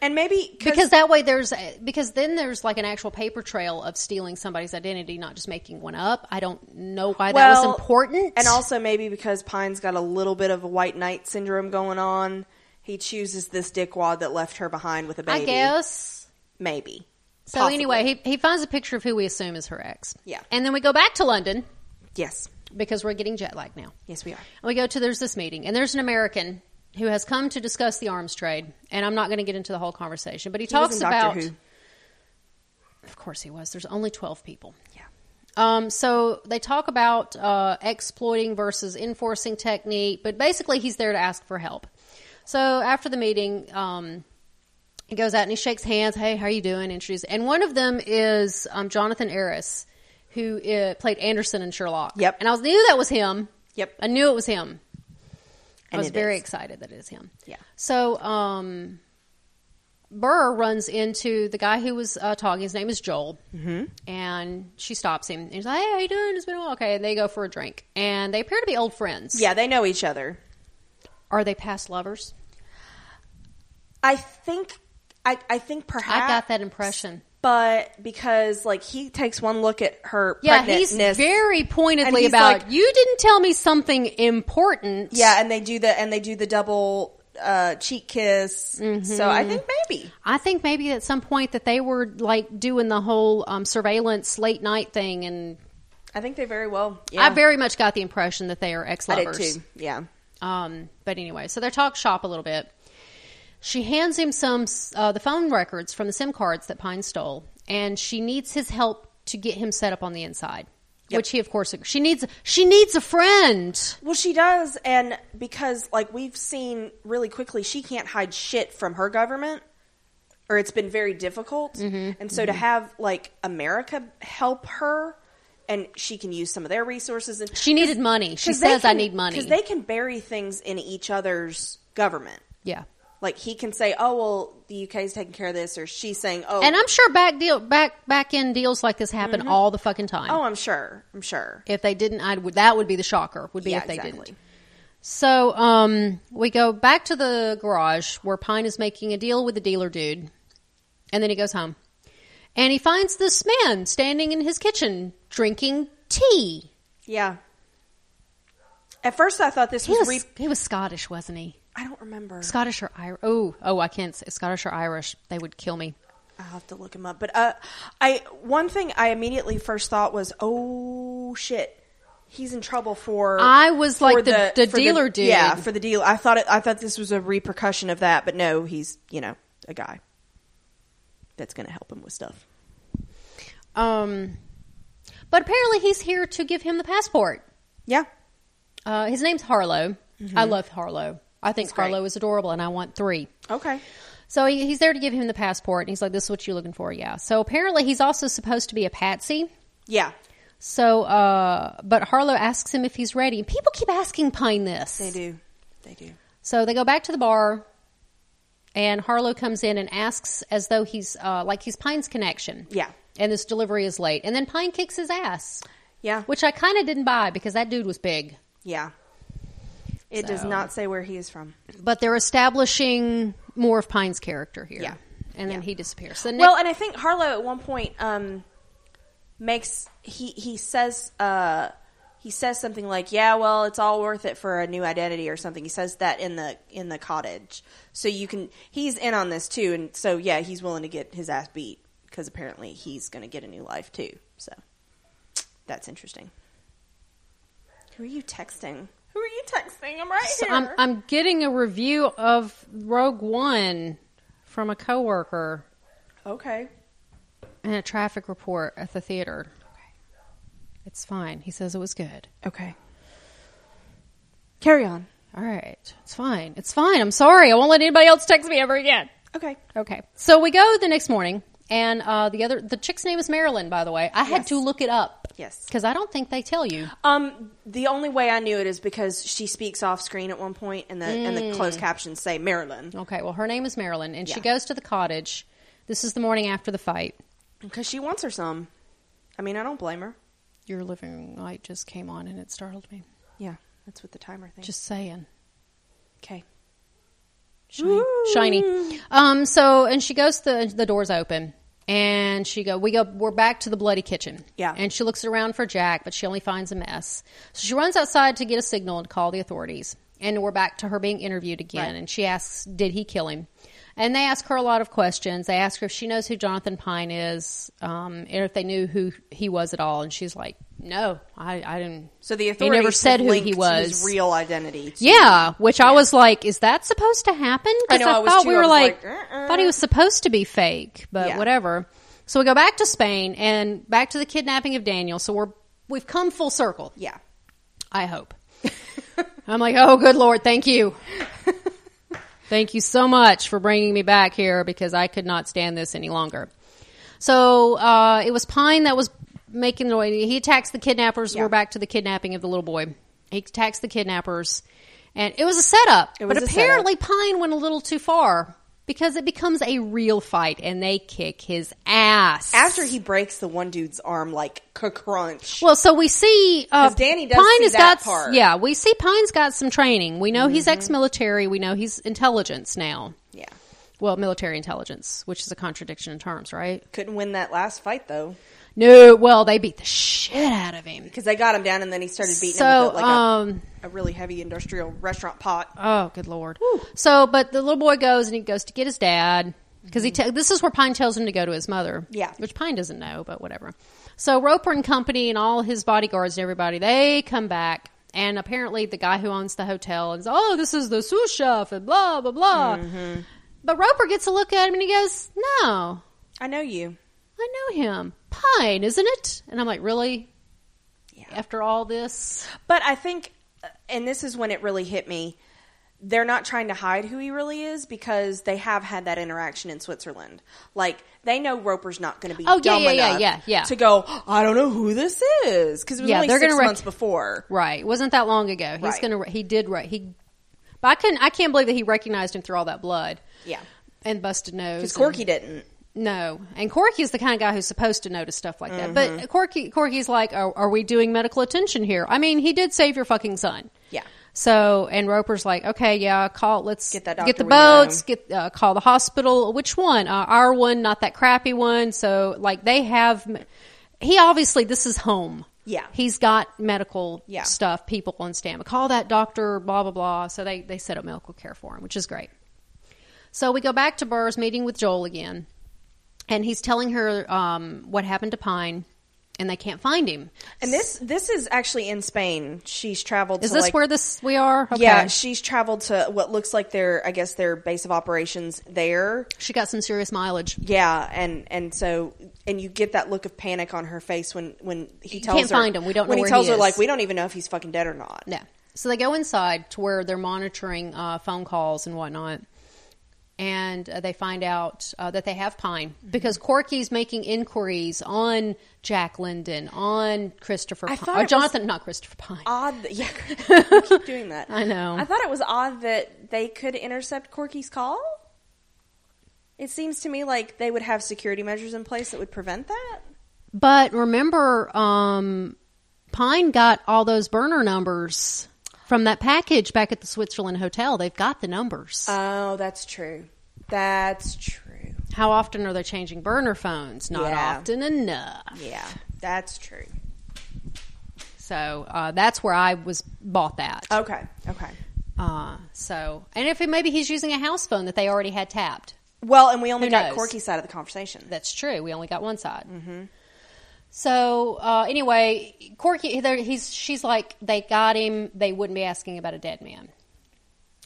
S1: And maybe
S2: Because that way there's a- because then there's like an actual paper trail of stealing somebody's identity, not just making one up. I don't know why that
S1: well,
S2: was important.
S1: and also maybe because Pine's got a little bit of a white knight syndrome going on. He chooses this dickwad that left her behind with a
S2: I
S1: baby.
S2: guess.
S1: maybe.
S2: So
S1: Possibly.
S2: anyway, he he finds a picture of who we assume is her ex.
S1: Yeah.
S2: And then we go back to London
S1: yes,
S2: because we're getting jet lag now.
S1: yes, we are.
S2: And we go to there's this meeting, and there's an American who has come to discuss the arms trade. And I'm not going to get into the whole conversation, but he,
S1: He was
S2: talks
S1: in Doctor
S2: about.
S1: Who.
S2: Of course, he was. There's only 12 people.
S1: Yeah.
S2: Um, so they talk about uh, exploiting versus enforcing technique, but basically he's there to ask for help. So after the meeting, um, he goes out and he shakes hands. Hey, how you doing? Introduce, and one of them is um, Jonathan Eris, who uh, played Anderson and Sherlock.
S1: Yep.
S2: and I was, knew that was him.
S1: Yep.
S2: I knew it was him. I
S1: And
S2: was
S1: it
S2: very
S1: is.
S2: excited that it is him.
S1: Yeah.
S2: So um, Burr runs into the guy who was uh, talking. His name is Joel, mm-hmm. and she stops him. And he's like, "Hey, how you doing? It's been a while." Okay, and they go for a drink, and they appear to be old friends.
S1: Yeah, they know each other.
S2: Are they past lovers?
S1: I think I, I think perhaps
S2: I got that impression.
S1: But because like he takes one look at her
S2: Yeah, he's
S1: pregnantness.
S2: very pointedly
S1: he's
S2: about.
S1: like-
S2: you didn't tell me something important.
S1: yeah, and they do the and they do the double uh cheek kiss.
S2: Mm-hmm.
S1: So I think maybe.
S2: I think maybe at some point that they were like doing the whole um, surveillance late night thing, and
S1: I think they very well. Yeah.
S2: I very much got the impression that they are ex
S1: I did
S2: lovers.
S1: too. Yeah.
S2: Um, but anyway, so they talk shop a little bit. She hands him some uh, the phone records from the SIM cards that Pine stole, and she needs his help to get him set up on the inside. Which he, of course, ag- she needs. She needs a friend.
S1: Well, she does, and because like we've seen really quickly, she can't hide shit from her government, or it's been very difficult.
S2: Mm-hmm.
S1: And so to have like America help her, and she can use some of their resources, and
S2: She needed money. She says, "I need money."
S1: because they can bury things in each other's government.
S2: yeah,
S1: Like he can say, "Oh well, the UK's taking care of this," or she's saying, "Oh,
S2: and I'm sure back deal back back end deals like this
S1: Mm-hmm.
S2: happen all the fucking time.
S1: oh, I'm sure, I'm sure."
S2: If they didn't, I would. That would be the shocker. Would be
S1: Yeah,
S2: if they
S1: exactly.
S2: didn't. So um, we go back to the garage where Pine is making a deal with the dealer dude, and then he goes home, and he finds this man standing in his kitchen drinking tea.
S1: Yeah. At first, I thought this
S2: He
S1: was.
S2: was
S1: Re-
S2: he was Scottish, wasn't he?
S1: I don't remember.
S2: Scottish or Irish? Oh, oh, I can't say Scottish or Irish. They would kill me.
S1: I'll have to look him up. But uh, I one thing I immediately first thought was, oh shit, he's in trouble for.
S2: I was
S1: for
S2: like the- the
S1: for
S2: dealer dude.
S1: Yeah, for the deal. I thought it, I thought this was a repercussion of that, but no, he's you know a guy that's going to help him with stuff.
S2: Um, but apparently he's here to give him the passport.
S1: Yeah,
S2: Uh, his name's Harlow. I love Harlow. I think
S1: Mm-hmm. great.
S2: Harlow is adorable, and I want three.
S1: okay.
S2: So he, he's there to give him the passport, and he's like, "This is what you're looking for, yeah." So apparently, he's also supposed to be a patsy.
S1: Yeah,
S2: So, uh, but Harlow asks him if he's ready. People keep asking Pine this.
S1: they do, they do.
S2: So they go back to the bar, and Harlow comes in and asks as though he's uh, like he's Pine's connection.
S1: Yeah.
S2: And this delivery is late, and then Pine kicks his ass,
S1: Yeah,
S2: which I kind of didn't buy because that dude was big.
S1: yeah. It does
S2: So-
S1: not say where he is from.
S2: But they're establishing more of Pine's character here.
S1: Yeah.
S2: And then he disappears. So
S1: Well, and I think Harlow at one point um, makes he he says uh, he says something like, "Yeah, well, it's all worth it for a new identity" or something. He says that in the in the cottage, so you can he's in on this too, and so yeah, he's willing to get his ass beat because apparently he's going to get a new life too. So that's interesting. Who are you texting? Who are you texting? I'm right
S2: So
S1: here.
S2: I'm, I'm getting a review of Rogue One from a coworker
S1: okay.
S2: and a traffic report at the theater. It's fine. He says it was good.
S1: Okay. Carry on.
S2: All right. It's fine. It's fine. I'm sorry. I won't let anybody else text me ever again.
S1: Okay.
S2: Okay. So we go the next morning and uh, the other the chick's name is Marilyn by the way. I had
S1: Yes.
S2: to look it up.
S1: Yes.
S2: Cuz I don't think they tell you.
S1: Um, the only way I knew it is because she speaks off screen at one point, and the and the closed
S2: Mm.
S1: captions say Marilyn
S2: Okay. Well, her name is Marilyn and she
S1: Yeah.
S2: goes to the cottage. This is the morning after the fight.
S1: because she wants her some. I mean, I don't blame her.
S2: Your living light just came on and it startled me.
S1: Yeah, that's what the timer thinks.
S2: Just saying.
S1: okay.
S2: shiny, shiny. Um, so and she goes the the doors open and she go we go we're back to the bloody kitchen.
S1: Yeah.
S2: And she looks around for Jack, but she only finds a mess. So she runs outside to get a signal and call the authorities. And we're back to her being interviewed again
S1: Right.
S2: and she asks, Did he kill him? And they ask her a lot of questions. They ask her if she knows who Jonathan Pine is, um, and if they knew who he was at all. And she's like, "No, I, I didn't."
S1: So the
S2: They
S1: authorities
S2: never said
S1: have
S2: who
S1: linked
S2: he was.
S1: his real identity. to-
S2: Yeah, which I was like, is that supposed to happen?
S1: I
S2: Because
S1: know,
S2: I,
S1: I was
S2: thought
S1: too.
S2: we
S1: I
S2: were
S1: was
S2: like,
S1: like, uh-uh.
S2: thought he was supposed to be fake, but
S1: Yeah.
S2: whatever. So we go back to Spain and back to the kidnapping of Daniel. So we're we've come full circle.
S1: yeah.
S2: I hope. I'm like, oh, good lord, thank you, thank you so much for bringing me back here because I could not stand this any longer. So uh, it was Pine that was making the noise. He attacks the kidnappers.
S1: Yeah.
S2: We're back to the kidnapping of the little boy. He attacks the kidnappers, and it was a setup.
S1: It was
S2: but
S1: a
S2: apparently, Pine went a little too far because it becomes a real fight and they kick his ass.
S1: After he breaks the one dude's arm, like crunch.
S2: Well, so we see uh,
S1: 'Cause Danny does
S2: Pine
S1: see
S2: has
S1: that
S2: got
S1: part. Mm-hmm.
S2: yeah. We see Pine's got some training. We know he's ex-military. We know he's intelligence now.
S1: yeah,
S2: Well, military intelligence, which is a contradiction in terms, right?
S1: couldn't win that last fight though
S2: No, well, they beat the shit out of him.
S1: because they got him down and then he started beating him
S2: So,
S1: with a, like
S2: um,
S1: a, a really heavy industrial restaurant pot.
S2: oh, good lord. So, but the little boy goes and he goes to get his dad because he. Te- this is where Pine tells him to go to his mother.
S1: Mm-hmm. Yeah.
S2: which Pine doesn't know, but whatever. So Roper and company and all his bodyguards and everybody they come back. And apparently, the guy who owns the hotel is, oh, this is the sous chef, and blah, blah, blah.
S1: Mm-hmm.
S2: But Roper gets a look at him and he goes, no,
S1: I know you.
S2: I know him. Pine, isn't it? And I'm like, really?
S1: Yeah.
S2: After all this?
S1: But I think, and this is when it really hit me, they're not trying to hide who he really is because they have had that interaction in Switzerland. Like they know Roper's not going to be
S2: Oh, yeah,
S1: dumb
S2: yeah, yeah,
S1: enough
S2: yeah, yeah.
S1: to go. I don't know who this is because it was
S2: Yeah,
S1: only
S2: they're
S1: 6
S2: gonna rec-
S1: months before.
S2: Right. It wasn't that long ago. He's
S1: Right.
S2: gonna. He did. Right. He. But I can. I can't believe that he recognized him through all that blood.
S1: Yeah,
S2: And busted nose.
S1: because Corky didn't.
S2: And, no. And Corky is the kind of guy who's supposed to notice stuff like that.
S1: Mm-hmm.
S2: But Corky. Corky's like, "Oh, are, are we doing medical attention here? I mean, he did save your fucking son.
S1: Yeah.
S2: So and Roper's like, okay, yeah, call. Let's
S1: Get that
S2: Get
S1: doctor
S2: the
S1: we know.
S2: boats. Get uh, call the hospital. Which one? Uh, our one, not that crappy one. So like they have. He obviously this is home.
S1: Yeah.
S2: he's got medical
S1: Yeah.
S2: stuff. People on standby. Call that doctor. Blah blah blah. So they they set up medical care for him, which is great. So we go back to Burr's meeting with Joel again, and he's telling her um, what happened to Pine, and they can't find him.
S1: And this this is actually in Spain. She's traveled.
S2: Is
S1: to
S2: this
S1: like,
S2: where this we are? Okay.
S1: Yeah, she's traveled to what looks like their, I guess their base of operations there.
S2: she got some serious mileage.
S1: Yeah, and and so and you get that look of panic on her face when when he tells
S2: can't
S1: her
S2: find him. We don't know
S1: when
S2: where
S1: he tells
S2: he
S1: her
S2: is.
S1: like we don't even know if he's fucking dead or not.
S2: Yeah. So they go inside to where they're monitoring uh, phone calls and whatnot. And uh, they find out uh, that they have Pine
S1: Mm-hmm.
S2: because Corky's making inquiries on Jack Linden, on Christopher
S1: I thought
S2: Pine.
S1: it
S2: Or
S1: was-
S2: Jonathan, not Christopher Pine.
S1: Odd, that, yeah. you keep doing that.
S2: I know.
S1: I thought it was odd that they could intercept Corky's call. It seems to me like they would have security measures in place that would prevent that.
S2: But remember, um, Pine got all those burner numbers from that package back at the Switzerland Hotel. They've got the numbers.
S1: Oh, that's true. That's true.
S2: How often are they changing burner phones? Not
S1: Yeah.
S2: often enough.
S1: Yeah, that's true.
S2: So uh, that's where I was bought that.
S1: Okay. Okay.
S2: Uh, so, and if it, maybe he's using a house phone that they already had tapped.
S1: Well, and we only
S2: Who
S1: got
S2: knows?
S1: Corky's side of the conversation.
S2: That's true. We only got one side.
S1: Mm-hmm.
S2: So uh, anyway, Corky, there- he's she's like they got him. They wouldn't be asking about a dead man.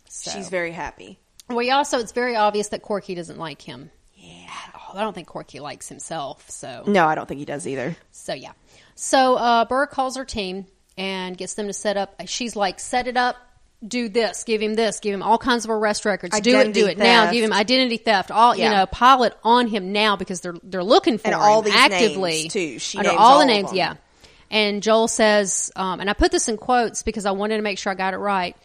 S2: So.
S1: She's very happy.
S2: We also it's very obvious that Corky doesn't like him.
S1: Yeah.
S2: at all. I don't think Corky likes himself. So
S1: No, I don't think he does either.
S2: So yeah. So uh, Burr calls her team and gets them to set up. She's like, set it up. Do this. Give him this. Give him all kinds of arrest records.
S1: Identity
S2: do it. Do it now.
S1: theft.
S2: Give him identity theft. All you
S1: Yeah.
S2: know. Pile it on him now because they're they're looking for
S1: And
S2: him
S1: all these
S2: actively
S1: names, too. She
S2: I know
S1: names
S2: all
S1: all
S2: the
S1: of
S2: names.
S1: them.
S2: Yeah. And Joel says, um, and I put this in quotes because I wanted to make sure I got it right.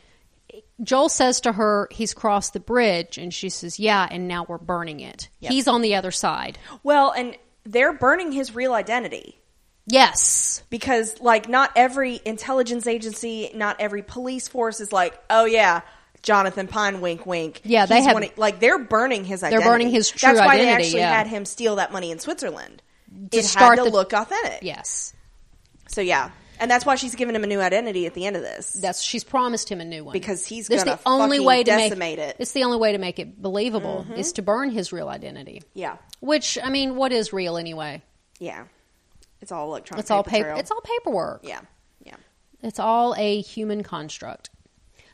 S2: Joel says to her, "He's crossed the bridge," and she says, "Yeah." And now we're burning it. He's on the other side.
S1: Well, and they're burning his real identity
S2: Yes.
S1: because, like, not every intelligence agency, not every police force is like, oh yeah, Jonathan Pine, wink, wink.
S2: Yeah, they
S1: He's
S2: have-
S1: one of- like they're burning his identity.
S2: burning his true
S1: That's why they
S2: identity,
S1: actually
S2: yeah.
S1: had him steal that money in Switzerland.
S2: To
S1: it
S2: start
S1: had to
S2: the-
S1: look authentic.
S2: Yes.
S1: So yeah, and that's why she's giving him a new identity at the end of this.
S2: That's she's promised him a new one
S1: Because he's
S2: That's
S1: gonna fucking decimate
S2: make
S1: it. Mm-hmm.
S2: It's the only way to make it believable is to burn his real identity.
S1: yeah,
S2: Which I mean, what is real anyway?
S1: yeah. It's all electronic.
S2: It's all
S1: paper.
S2: paper.
S1: trail.
S2: It's all paperwork.
S1: yeah, yeah.
S2: It's all a human construct.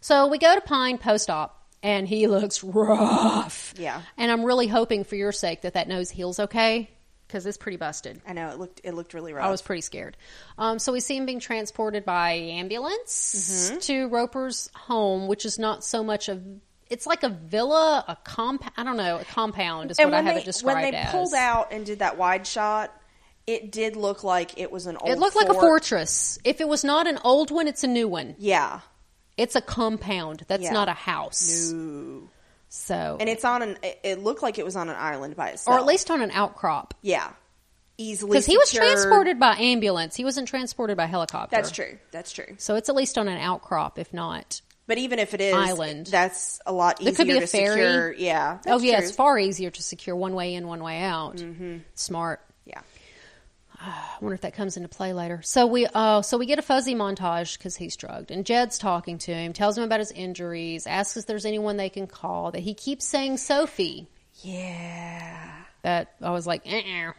S2: So we go to Pine post op. And he looks rough.
S1: Yeah.
S2: And I'm really hoping for your sake that that nose heals okay because it's pretty busted.
S1: I know it looked it looked really rough.
S2: I was pretty scared. Um, so we see him being transported by ambulance
S1: Mm-hmm.
S2: to Roper's home, which is not so much of it's like a villa, a comp I don't know, a compound is what I
S1: when
S2: have
S1: they,
S2: it described
S1: When they
S2: as.
S1: pulled out and did that wide shot, it did look like it was an old.
S2: it looked like a fortress. If it was not an old one, it's a new one.
S1: Yeah.
S2: It's a compound. That's
S1: Yeah.
S2: not a house.
S1: Ooh.
S2: So,
S1: and it's on an. it- It looked like it was on an island by itself,
S2: or at least on an outcrop.
S1: yeah, easily
S2: Because he was
S1: secured.
S2: transported by ambulance. He wasn't transported by helicopter.
S1: That's true. That's true.
S2: So it's at least on an outcrop, if not.
S1: But even if it is
S2: Island.
S1: that's a lot easier
S2: There could be
S1: to
S2: a ferry.
S1: secure. Yeah.
S2: oh,
S1: that's
S2: yeah,
S1: true.
S2: it's far easier to secure one way in, one way out. Mm-hmm. Smart.
S1: yeah.
S2: I wonder if that comes into play later. So we, uh, so we get a fuzzy montage because he's drugged, and Jed's talking to him, tells him about his injuries, asks if there's anyone they can call. That he keeps saying Sophie.
S1: Yeah.
S2: That I was like, uh-uh.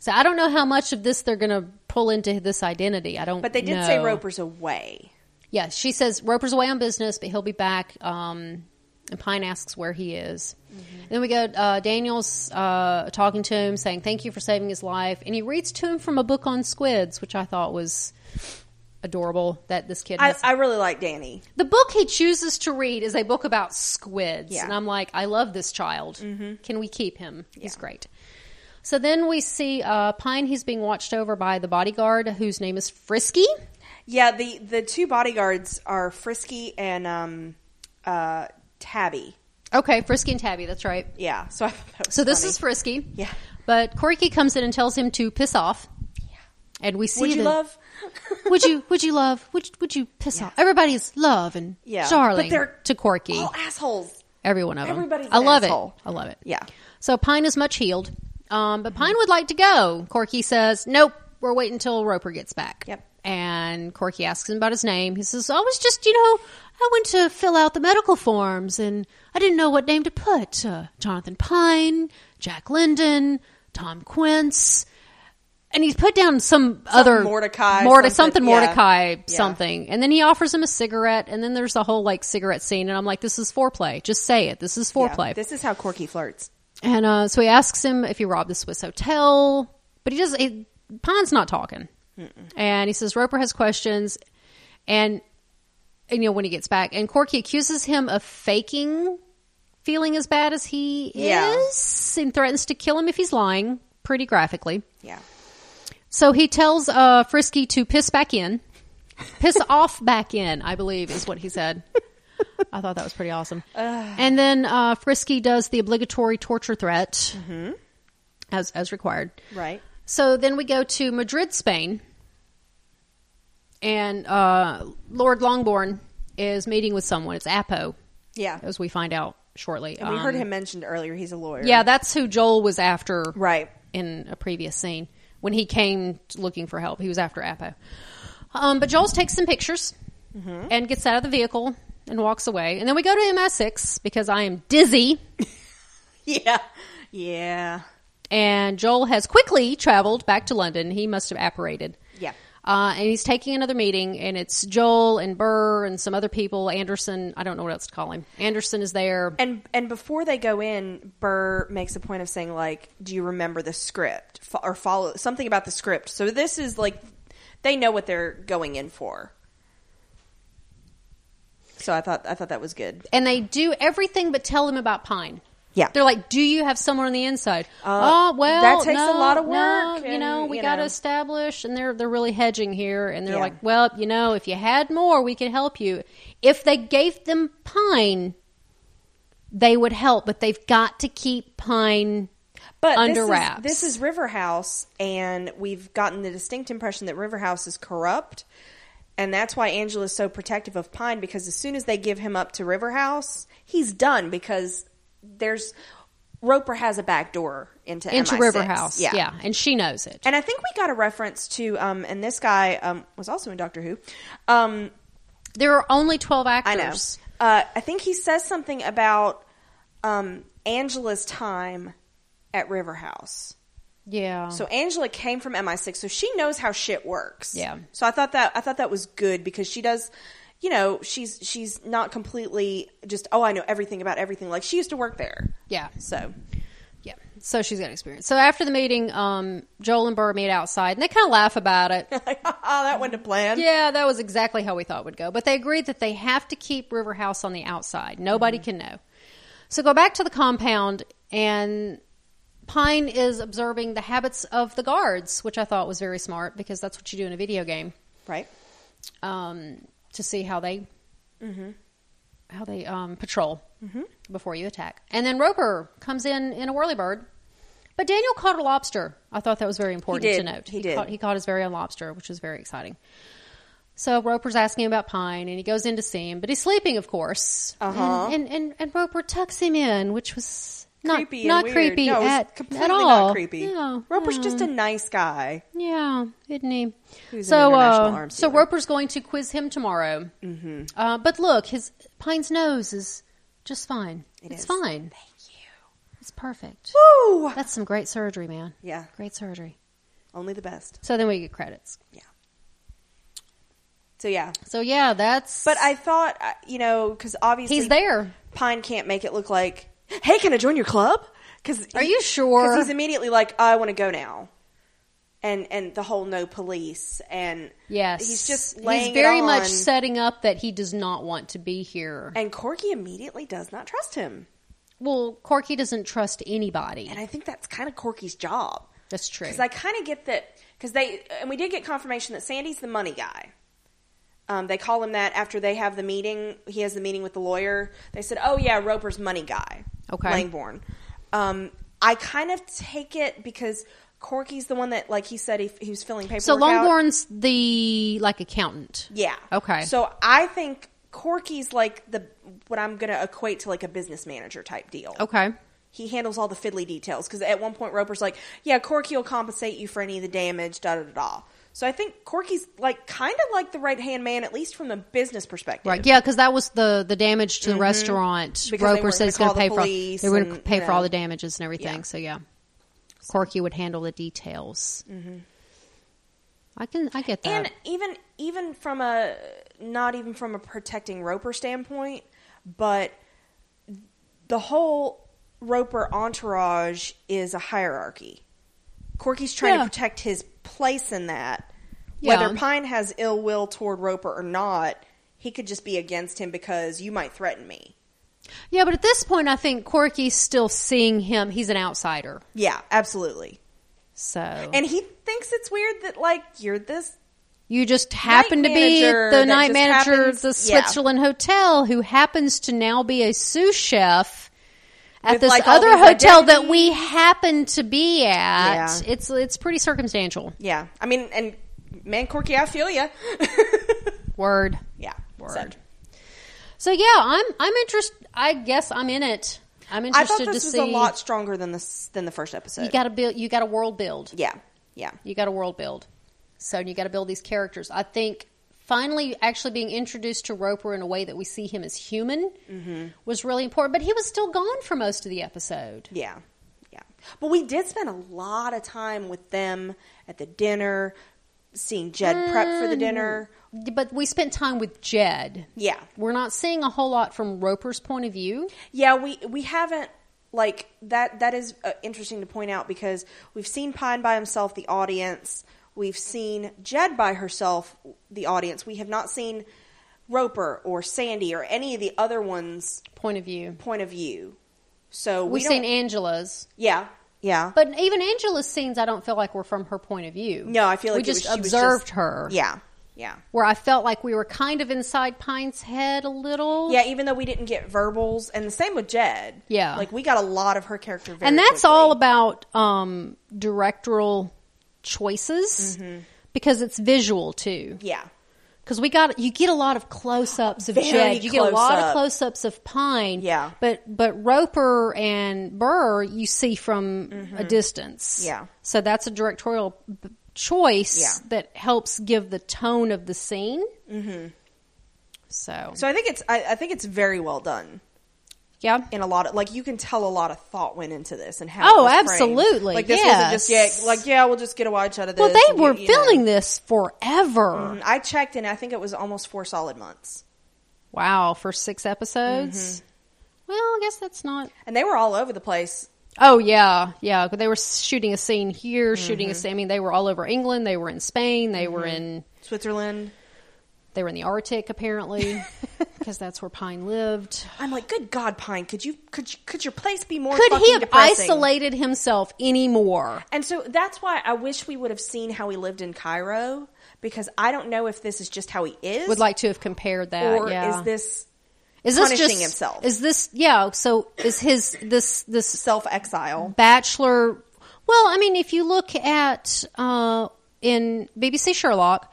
S2: so I don't know how much of this they're going to pull into this identity. I don't.
S1: But they did say
S2: know.
S1: Roper's away.
S2: Yeah, she says Roper's away on business, but he'll be back. Um, and Pine asks where he is.
S1: Mm-hmm.
S2: And then we go. Uh, Daniel's uh, talking to him, saying thank you for saving his life, and he reads to him from a book on squids, which I thought was adorable. That this kid,
S1: I,
S2: has-
S1: I really like Danny.
S2: the book he chooses to read is a book about squids,
S1: Yeah. Mm-hmm.
S2: and I'm like, I love this child. Can we keep him? He's great. So then we see uh, Pine. He's being watched over by the bodyguard, whose name is Frisky.
S1: Yeah, the the two bodyguards are Frisky and um uh Tabby.
S2: Okay, Frisky and Tabby. That's right.
S1: Yeah. So I thought that was
S2: So this
S1: funny.
S2: is frisky.
S1: Yeah.
S2: But Corky comes in and tells him to piss off. And we see
S1: Would you
S2: the-
S1: love
S2: Would you would you love would would you piss off? Everybody's love and
S1: Yeah. But
S2: darling
S1: they're
S2: to Corky.
S1: all Oh, assholes.
S2: Every one of them.
S1: everybody's
S2: I
S1: an
S2: love
S1: asshole.
S2: it. I love it.
S1: Yeah.
S2: So Pine is much healed. Um, but Pine would like to go. Corky says, "Nope, we're waiting until Roper gets back."
S1: Yep.
S2: And Corky asks him about his name. He says, "I was just, you know, I went to fill out the medical forms, and I didn't know what name to put. Uh, Jonathan Pine, Jack Linden, Tom Quince." And he's put down some other
S1: Mordecai,
S2: Morde-
S1: something,
S2: something,
S1: yeah. Yeah.
S2: Mordecai, something. And then he offers him a cigarette, and then there's the whole like cigarette scene. And I'm like, this is foreplay. Just say it. This is
S1: Yeah.
S2: foreplay.
S1: This is how Corky flirts.
S2: And uh, so he asks him if he robbed the Swiss hotel, but he doesn't. He, Pond's not talking, and he says Roper has questions, and, and you know when he gets back, and Corky accuses him of faking feeling as bad as he
S1: Yeah.
S2: is, and threatens to kill him if he's lying, pretty graphically.
S1: Yeah.
S2: So he tells uh, Frisky to piss back in, piss off back in, I believe is what he said. I thought that was pretty awesome. and then uh, Frisky does the obligatory torture threat,
S1: Mm-hmm.
S2: as as required.
S1: Right.
S2: So then we go to Madrid, Spain, and uh, Lord Longbourn is meeting with someone. It's Apo,
S1: Yeah.
S2: as we find out shortly.
S1: And we heard
S2: Um,
S1: him mentioned earlier. He's a lawyer.
S2: Yeah, that's who Joel was after
S1: Right.
S2: in a previous scene when he came looking for help. He was after Apo. Um, but Joel's takes some pictures
S1: Mm-hmm.
S2: and gets out of the vehicle and walks away. And then we go to MS6 because I am dizzy.
S1: Yeah. Yeah.
S2: And Joel has quickly traveled back to London. He must have apparated.
S1: Yeah.
S2: Uh, and he's taking another meeting, and it's Joel and Burr and some other people. Anderson, I don't know what else to call him. Anderson is there.
S1: And and before they go in, Burr makes a point of saying like, "Do you remember the script Fo- or follow something about the script?" So this is like they know what they're going in for. So I thought I thought that was good.
S2: and they do everything but tell them about Pine.
S1: Yeah.
S2: they're like, "Do you have someone on the inside?"
S1: Uh,
S2: oh well,
S1: that takes a
S2: no,
S1: lot of
S2: no,
S1: work
S2: you know,
S1: and,
S2: we
S1: you
S2: got to
S1: know.
S2: establish, and they're they're really hedging here, and they're
S1: Yeah.
S2: like, "Well, you know, if you had more, we could help you." If they gave them Pine, they would help, but they've got to keep Pine.
S1: But
S2: Under
S1: this is-
S2: wraps.
S1: This is, River House, and we've gotten the distinct impression that River House is corrupt, and that's why Angela's so protective of Pine because as soon as they give him up to River House, he's done because there's Roper has a back door into
S2: Into
S1: MI6.
S2: River House, yeah. and she knows it.
S1: And I think we got a reference to, um, and this guy um, was also in Doctor Who. Um,
S2: There are only twelve
S1: I know.
S2: actors.
S1: Uh, I think he says something about um, Angela's time at River House.
S2: Yeah,
S1: So Angela came from MI6, so she knows how shit works.
S2: Yeah.
S1: So I thought that I thought that was good because she does, you know, she's she's not completely just oh I know everything about everything. Like she used to work there.
S2: yeah.
S1: So
S2: Yeah. So she's got experience. So after the meeting, um, Joel and Burr meet outside and they kind of laugh about it.
S1: like oh, that went to plan.
S2: yeah, that was exactly how we thought it would go. But they agreed that they have to keep River House on the outside. Nobody can know. So go back to the compound and Pine is observing the habits of the guards, which I thought was very smart because that's what you do in a video game
S1: Right. Mm-hmm.
S2: um, to see how they how they um, patrol before you attack. And then Roker comes in in a whirlybird. But Daniel caught a lobster. I thought that was very important
S1: did.
S2: to note.
S1: He did.
S2: Caught, he caught his very own lobster, which was very exciting. So Roper's asking about Pine, and he goes in to see him, but he's sleeping, of course.
S1: Uh-huh.
S2: And, and and and Roper tucks him in, which was not
S1: creepy and
S2: not
S1: weird.
S2: creepy
S1: no, it was
S2: at,
S1: completely
S2: at all.
S1: not creepy.
S2: No,
S1: Roper's
S2: no.
S1: just a nice guy.
S2: Yeah, isn't he?
S1: Who's an
S2: so,
S1: international
S2: uh,
S1: arms
S2: so
S1: dealer.
S2: Roper's going to quiz him tomorrow. Mm-hmm. Uh, but look, his Pine's nose is just fine. it's
S1: is.
S2: fine.
S1: Thank you.
S2: It's perfect.
S1: Woo!
S2: That's some great surgery, man.
S1: Yeah,
S2: Great surgery.
S1: only the best.
S2: So then we get credits.
S1: Yeah. So yeah,
S2: So yeah, that's.
S1: but I thought uh, you know because obviously
S2: he's there.
S1: Pine can't make it look like, hey, can I join your club? Because
S2: Are you sure?
S1: he's immediately like, I want to go now, and and the whole no police and
S2: Yes,
S1: he's just laying
S2: he's very
S1: it on,
S2: much setting up that he does not want to be here.
S1: and Corky immediately does not trust him,
S2: well, Corky doesn't trust anybody.
S1: and I think that's kind of Corky's job.
S2: That's true.
S1: Because I kind of get that because they and we did get confirmation that Sandy's the money guy. Um, they call him that after they have the meeting. He has the meeting with the lawyer. They said, "Oh yeah, Roper's money guy."
S2: Okay.
S1: Langborn. Um, I kind of take it because Corky's the one that, like he said, he, he was filling paperwork. out.
S2: so Longborn's the like accountant.
S1: Yeah.
S2: Okay.
S1: So I think Corky's like the what I'm going to equate to like a business manager type deal.
S2: Okay.
S1: He handles all the fiddly details because at one point Roper's like, "Yeah, Corky will compensate you for any of the damage." Da da da. da. So I think Corky's like kind of like the right hand man, at least from the business perspective.
S2: Right. Yeah, because that was the the damage to the restaurant.
S1: Mm-hmm. Because they
S2: Roper
S1: weren't
S2: said he's
S1: gonna
S2: going
S1: call the
S2: to pay for
S1: police
S2: they were going to
S1: and,
S2: pay
S1: you
S2: for all
S1: know.
S2: the damages and everything.
S1: Yeah.
S2: So yeah, Corky would handle the details. I can I get that.
S1: Mm-hmm. And even even from a not even from a protecting Roper standpoint, but the whole Roper entourage is a hierarchy. Corky's trying
S2: Yeah.
S1: to protect his place in that.
S2: Yeah.
S1: Whether Pine has ill will toward Roper or not, he could just be against him because you might threaten me.
S2: yeah, but at this point, I think Corky's still seeing him. He's an outsider.
S1: Yeah, absolutely.
S2: So
S1: And he thinks it's weird that like you're this
S2: You just happen to be
S1: manager
S2: the
S1: that
S2: night
S1: just
S2: manager of
S1: happens-
S2: the
S1: yeah.
S2: Switzerland hotel who happens to now be a sous chef at
S1: With,
S2: this
S1: like, all
S2: other
S1: these
S2: hotel that we happen to be at.
S1: Yeah.
S2: It's it's pretty circumstantial.
S1: yeah. I mean, and man, Corky, I feel you.
S2: Word.
S1: yeah,
S2: Word.
S1: So-
S2: So yeah, I'm I'm interested I guess I'm in it. I'm
S1: I thought
S2: interested
S1: this
S2: to
S1: was
S2: see
S1: a lot stronger than this than the first episode.
S2: you got to build you got to world build.
S1: yeah, yeah,
S2: You got to world build. So you got to build these characters. I think finally actually being introduced to Roper in a way that we see him as human
S1: Mm-hmm.
S2: was really important. But he was still gone for most of the episode.
S1: yeah, yeah. But we did spend a lot of time with them at the dinner, seeing Jed prep
S2: Mm.
S1: for the dinner.
S2: But we spent time with Jed.
S1: Yeah,
S2: We're not seeing a whole lot from Roper's point of view.
S1: yeah. We we haven't like that. That is uh, interesting to point out because we've seen Pine by himself, the audience. We've seen Jed by herself, the audience. We have not seen Roper or Sandy or any of the other ones'
S2: Point of view.
S1: point of view. So we
S2: We've seen
S1: don't-
S2: Angela's,
S1: yeah, yeah.
S2: but even Angela's scenes, I don't feel like were from her point of view.
S1: No, I feel like
S2: we
S1: it
S2: just
S1: was- she was
S2: observed
S1: just-
S2: her.
S1: Yeah, yeah,
S2: where I felt like we were kind of inside Pine's head a little.
S1: yeah. Even though we didn't get verbals, and the same with Jed.
S2: Yeah.
S1: like we got a lot of her character, very
S2: and that's
S1: quickly.
S2: all about um, directorial choices
S1: Mm-hmm.
S2: because it's visual too.
S1: Yeah,
S2: Because we got you get a lot of close-ups of
S1: Very
S2: Jed, you get a lot
S1: close-up.
S2: of close-ups of Pine.
S1: Yeah.
S2: but but Roper and Burr you see from a distance.
S1: Mm-hmm. Yeah.
S2: so that's a directorial b- choice
S1: Yeah.
S2: that helps give the tone of the scene. Mm-hmm. So,
S1: so I think it's I, I think it's very well done
S2: yeah,
S1: in a lot of like you can tell a lot of thought went into this and how.
S2: Oh,
S1: it was framed.
S2: absolutely,
S1: Like this wasn't just
S2: yes.
S1: yeah, like yeah, we'll just get a wide shot of this.
S2: well they
S1: and you-
S2: were
S1: you know. Mm-hmm.
S2: filming this forever.
S1: I checked, and I think it was almost four solid months,
S2: Wow, for six episodes?
S1: Mm-hmm.
S2: Well, I guess that's not.
S1: and they were all over the place.
S2: Oh, yeah, yeah. 'cause They were shooting a scene here, shooting a scene. I mean, they were all over England. They were in Spain. They were in.
S1: Switzerland.
S2: They were in the Arctic, apparently, because that's where Pine lived.
S1: I'm like, good God, Pine, could you could you, could your place be more?
S2: Could
S1: fucking
S2: he have
S1: depressing?
S2: isolated himself anymore?
S1: And so that's why I wish we would have seen how he lived in Cairo because I don't know if this is just how he is
S2: Would like to have compared that.
S1: or
S2: yeah.
S1: is this
S2: Is this
S1: punishing
S2: just
S1: himself.
S2: Is this yeah? So is his this this
S1: Self exile.
S2: bachelor well i mean if you look at uh, in bbc sherlock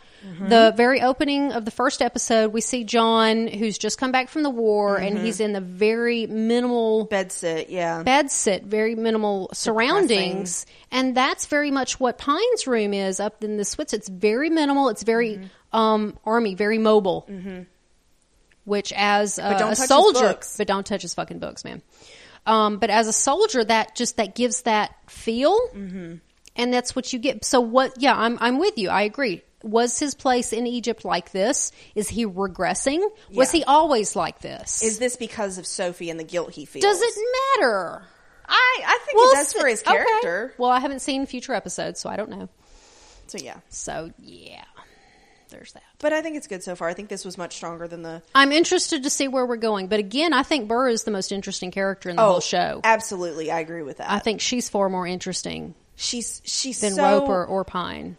S2: the very opening of the first episode we see john who's just come back from the war and he's in the very minimal
S1: Bed sit, yeah.
S2: bed sit very minimal surroundings and that's very much what pine's room is up in the swiss it's very minimal it's very
S1: Mm-hmm.
S2: um, army very mobile which as a,
S1: don't
S2: a
S1: touch his
S2: soldier
S1: books.
S2: but don't touch his fucking books man um, but as a soldier that just that gives that feel
S1: Mm-hmm.
S2: and that's what you get so what yeah i'm i'm with you i agree was his place in Egypt like this? Is he regressing? Was
S1: Yeah.
S2: he always like this?
S1: Is this because of Sophie and the guilt he feels?
S2: Does it matter?
S1: I, I think it does
S2: see-
S1: for his
S2: okay.
S1: character.
S2: Well, I haven't seen future episodes, so I don't know.
S1: So yeah.
S2: So yeah, there's that.
S1: But I think it's good so far. I think this was much stronger than the
S2: I'm interested to see where we're going, but again, I think Burr is the most interesting character in the
S1: Oh,
S2: whole show.
S1: Absolutely, I agree with that.
S2: I think she's far more interesting
S1: she's she's
S2: than
S1: so
S2: Roper or Pine,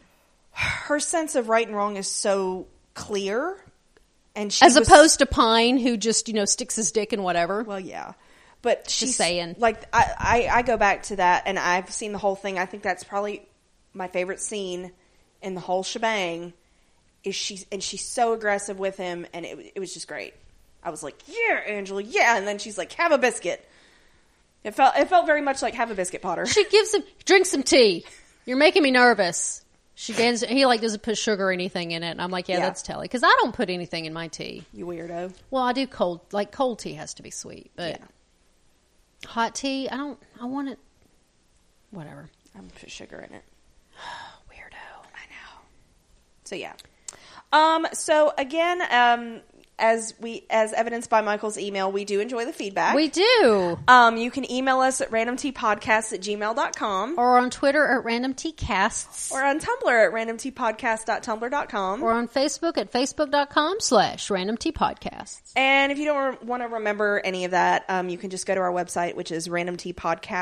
S1: her sense of right and wrong is so clear, and she
S2: as
S1: was-
S2: opposed to Pine, who just you know sticks his dick and whatever.
S1: Well, yeah, but she's
S2: saying.
S1: Like I, I, I go back to that, and I've seen the whole thing. I think that's probably my favorite scene in the whole shebang. Is she and she's so aggressive with him, and it, it was just great. I was like, yeah, Angela, yeah, and then she's like, have a biscuit. It felt it felt very much like have a biscuit, Potter.
S2: she gives him drink some tea. You're making me nervous. She dances. He like doesn't put sugar or anything in it, and I'm like, yeah,
S1: Yeah.
S2: that's telly because I don't put anything in my tea.
S1: You weirdo.
S2: Well, I do cold like cold tea has to be sweet, but hot tea, I don't I want it whatever.
S1: I'm gonna put sugar in it.
S2: Weirdo.
S1: I know. So yeah. Um. So again, um, as we as evidenced by Michael's email, we do enjoy the feedback.
S2: We do.
S1: um, you can email us at randomtpodcasts at gmail.com
S2: Or on Twitter at random tea casts.
S1: or on Tumblr at randomtpodcast.tumblr.com.
S2: Or on Facebook at facebook.com slash random tea podcasts.
S1: and if you don't re- want to remember any of that, um, you can just go to our website, which is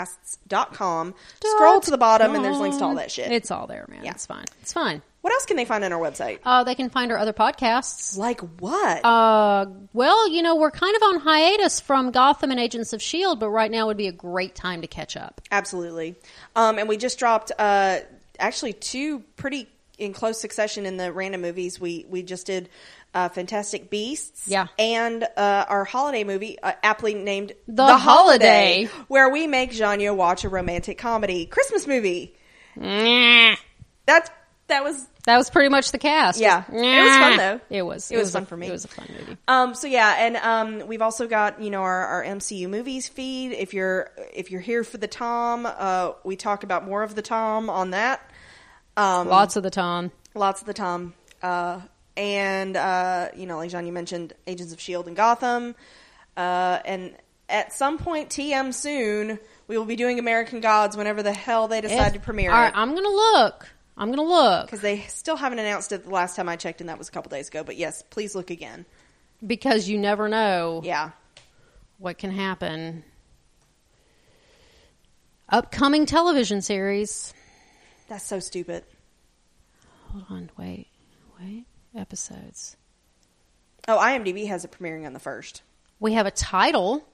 S1: randomtpodcasts.com. Scroll to the bottom, and there's links to all that shit.
S2: It's all there, man.
S1: Yeah.
S2: It's fine. It's fine.
S1: what else can they find on our website?
S2: Uh, they can find our other podcasts.
S1: Like what?
S2: Uh, well, you know, we're kind of on hiatus from Gotham and Agents of S.H.I.E.L.D., E but right now would be a great time to catch up.
S1: Absolutely. Um, and we just dropped uh, actually two pretty in close succession in the random movies. We we just did uh, Fantastic Beasts,
S2: Yeah.
S1: and uh, our holiday movie, uh, aptly named
S2: The Holiday.
S1: where we make Janya watch a romantic comedy Christmas movie. That's that was
S2: That was pretty much the cast.
S1: Yeah. It was fun, though.
S2: It was.
S1: It was fun
S2: a,
S1: for me.
S2: It was a fun movie.
S1: Um, so yeah, and um, we've also got you know our, our MCU movies feed. If you're if you're here for the Tom, uh, we talk about more of the Tom on that. Um,
S2: Lots of the Tom.
S1: lots of the Tom, uh, and uh, you know, like John, you mentioned Agents of Shield E and Gotham, uh, and at some point, TM soon, we will be doing American Gods whenever the hell they decide to premiere
S2: All right,
S1: it.
S2: I'm gonna look. I'm gonna look
S1: Because they still haven't announced it the last time I checked, and that was a couple days ago. But yes, please look again.
S2: because you never know
S1: Yeah.
S2: what can happen. Upcoming television series.
S1: That's so stupid.
S2: Hold on, wait, wait. Episodes.
S1: Oh, IMDb has it premiering on the first.
S2: We have a title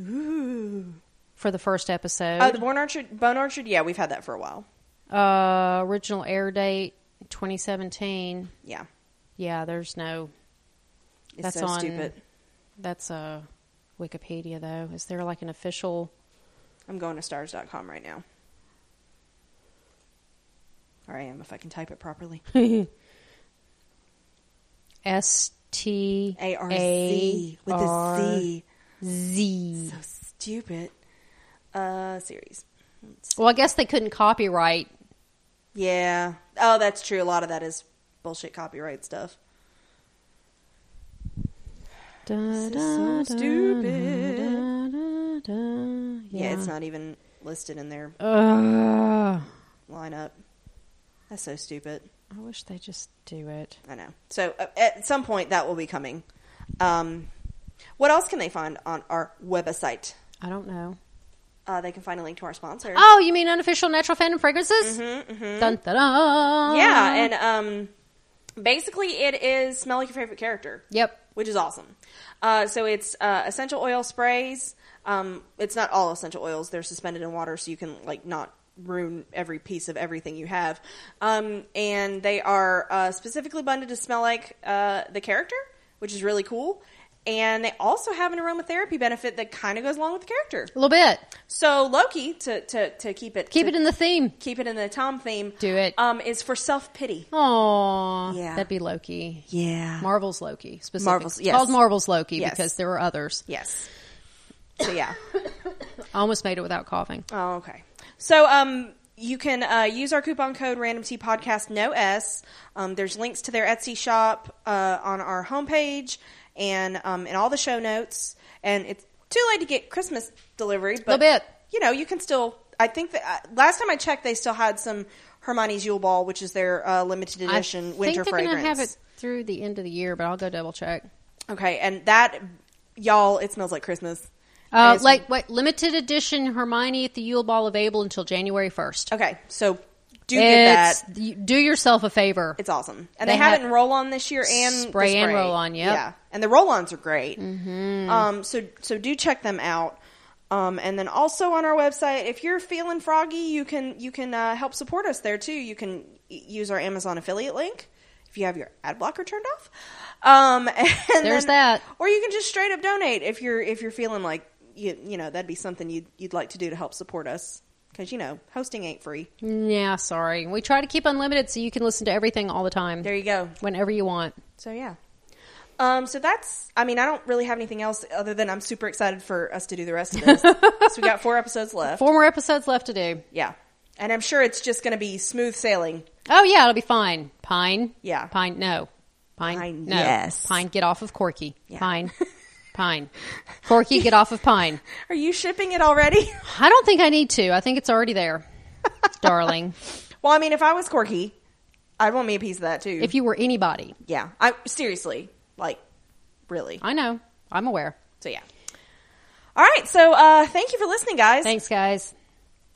S1: Ooh.
S2: for the first episode.
S1: Oh, the Born Orchard, Bone Orchard. Yeah, we've had that for a while.
S2: uh, original air date 2017.
S1: Yeah,
S2: Yeah, there's no.
S1: it's
S2: That's
S1: so
S2: on-
S1: stupid.
S2: That's uh, Wikipedia though. Is there like an official?
S1: I'm going to stars.com right now. Or I am if I can type it properly.
S2: S T
S1: A R Z with
S2: A
S1: a
S2: R
S1: Z.
S2: Z.
S1: So stupid. Uh, series.
S2: Well, I guess they couldn't copyright.
S1: Yeah. Oh, that's true. A lot of that is bullshit copyright stuff.
S2: Da,
S1: This is so
S2: da,
S1: stupid.
S2: da, da, da.
S1: Yeah. it's not even listed in their
S2: Ugh.
S1: lineup. That's so stupid.
S2: I wish they just do it.
S1: I know. So uh, at some point that will be coming. Um, what else can they find on our website?
S2: I don't know.
S1: Uh, they can find a link to our sponsor.
S2: Oh, you mean unofficial natural fandom fragrances? Dun, da, da.
S1: Yeah, and um, basically it is smell like your favorite character,
S2: yep.
S1: which is awesome. Uh, so it's uh, essential oil sprays. Um, it's not all essential oils; they're suspended in water, so you can like not ruin every piece of everything you have. Um, and they are uh, specifically blended to smell like uh, the character, which is really cool. And they also have an aromatherapy benefit that kind of goes along with the character.
S2: A little bit.
S1: So Loki, to to, to keep it
S2: Keep
S1: to-
S2: it in the theme.
S1: keep it in the Tom theme.
S2: Do it.
S1: Um, is for self pity.
S2: Aw,
S1: Yeah.
S2: that'd be Loki.
S1: Yeah.
S2: Marvel's Loki, specifically.
S1: Marvel's-
S2: It's
S1: yes.
S2: Called Marvel's Loki
S1: Yes.
S2: because there were others.
S1: yes. So yeah.
S2: I almost made it without coughing.
S1: Oh, okay. So, um, you can uh, use our coupon code Random Tea Podcast No S. Um, there's links to their Etsy shop uh, on our homepage and um, in all the show notes. And it's too late to get Christmas delivery, but
S2: Little bit.
S1: you know you can still. I think that uh, last time I checked, they still had some Hermione's Yule Ball, which is their uh, limited edition
S2: I
S1: winter
S2: think they're
S1: fragrance.
S2: gonna have it through the end of the year, but I'll go double check.
S1: Okay, and that y'all, it smells like Christmas. And
S2: Uh,
S1: it's-
S2: like what limited edition Hermione at the Yule Ball available until January first.
S1: okay, so do get that.
S2: Do yourself a favor.
S1: It's awesome, and they,
S2: They
S1: have,
S2: have
S1: it in roll on this year and the
S2: spray and roll-on, yep.
S1: yeah, and the roll ons are great. Mm-hmm. Um, so so do check them out. Um, and then also on our website, if you're feeling froggy, you can you can uh, help support us there too. You can y- use our Amazon affiliate link if you have your ad blocker turned off. Um, and
S2: There's
S1: then-
S2: that.
S1: or you can just straight up donate if you're if you're feeling like you you know that'd be something you'd you'd like to do to help support us because you know hosting ain't free.
S2: Mm. yeah, sorry. We try to keep unlimited so you can listen to everything all the time,
S1: There you go.
S2: whenever you want.
S1: So yeah. Um, so that's, I mean, I don't really have anything else other than I'm super excited for us to do the rest of this. so we got four episodes left.
S2: Four more episodes left to do.
S1: Yeah. And I'm sure it's just going to be smooth sailing.
S2: Oh yeah, it'll be fine. Pine.
S1: Yeah.
S2: Pine. No. Pine.
S1: Pine,
S2: no.
S1: yes.
S2: Pine. Get off of Corky.
S1: Yeah.
S2: Pine. Pine. Corky, get off of Pine.
S1: Are you shipping it already?
S2: I don't think I need to. I think it's already there, darling.
S1: well, I mean, if I was Corky, I'd want me a piece of that too.
S2: If you were anybody,
S1: yeah. I seriously, like really.
S2: I know. I'm aware.
S1: So yeah. All right. So, uh, thank you for listening guys.
S2: Thanks, guys.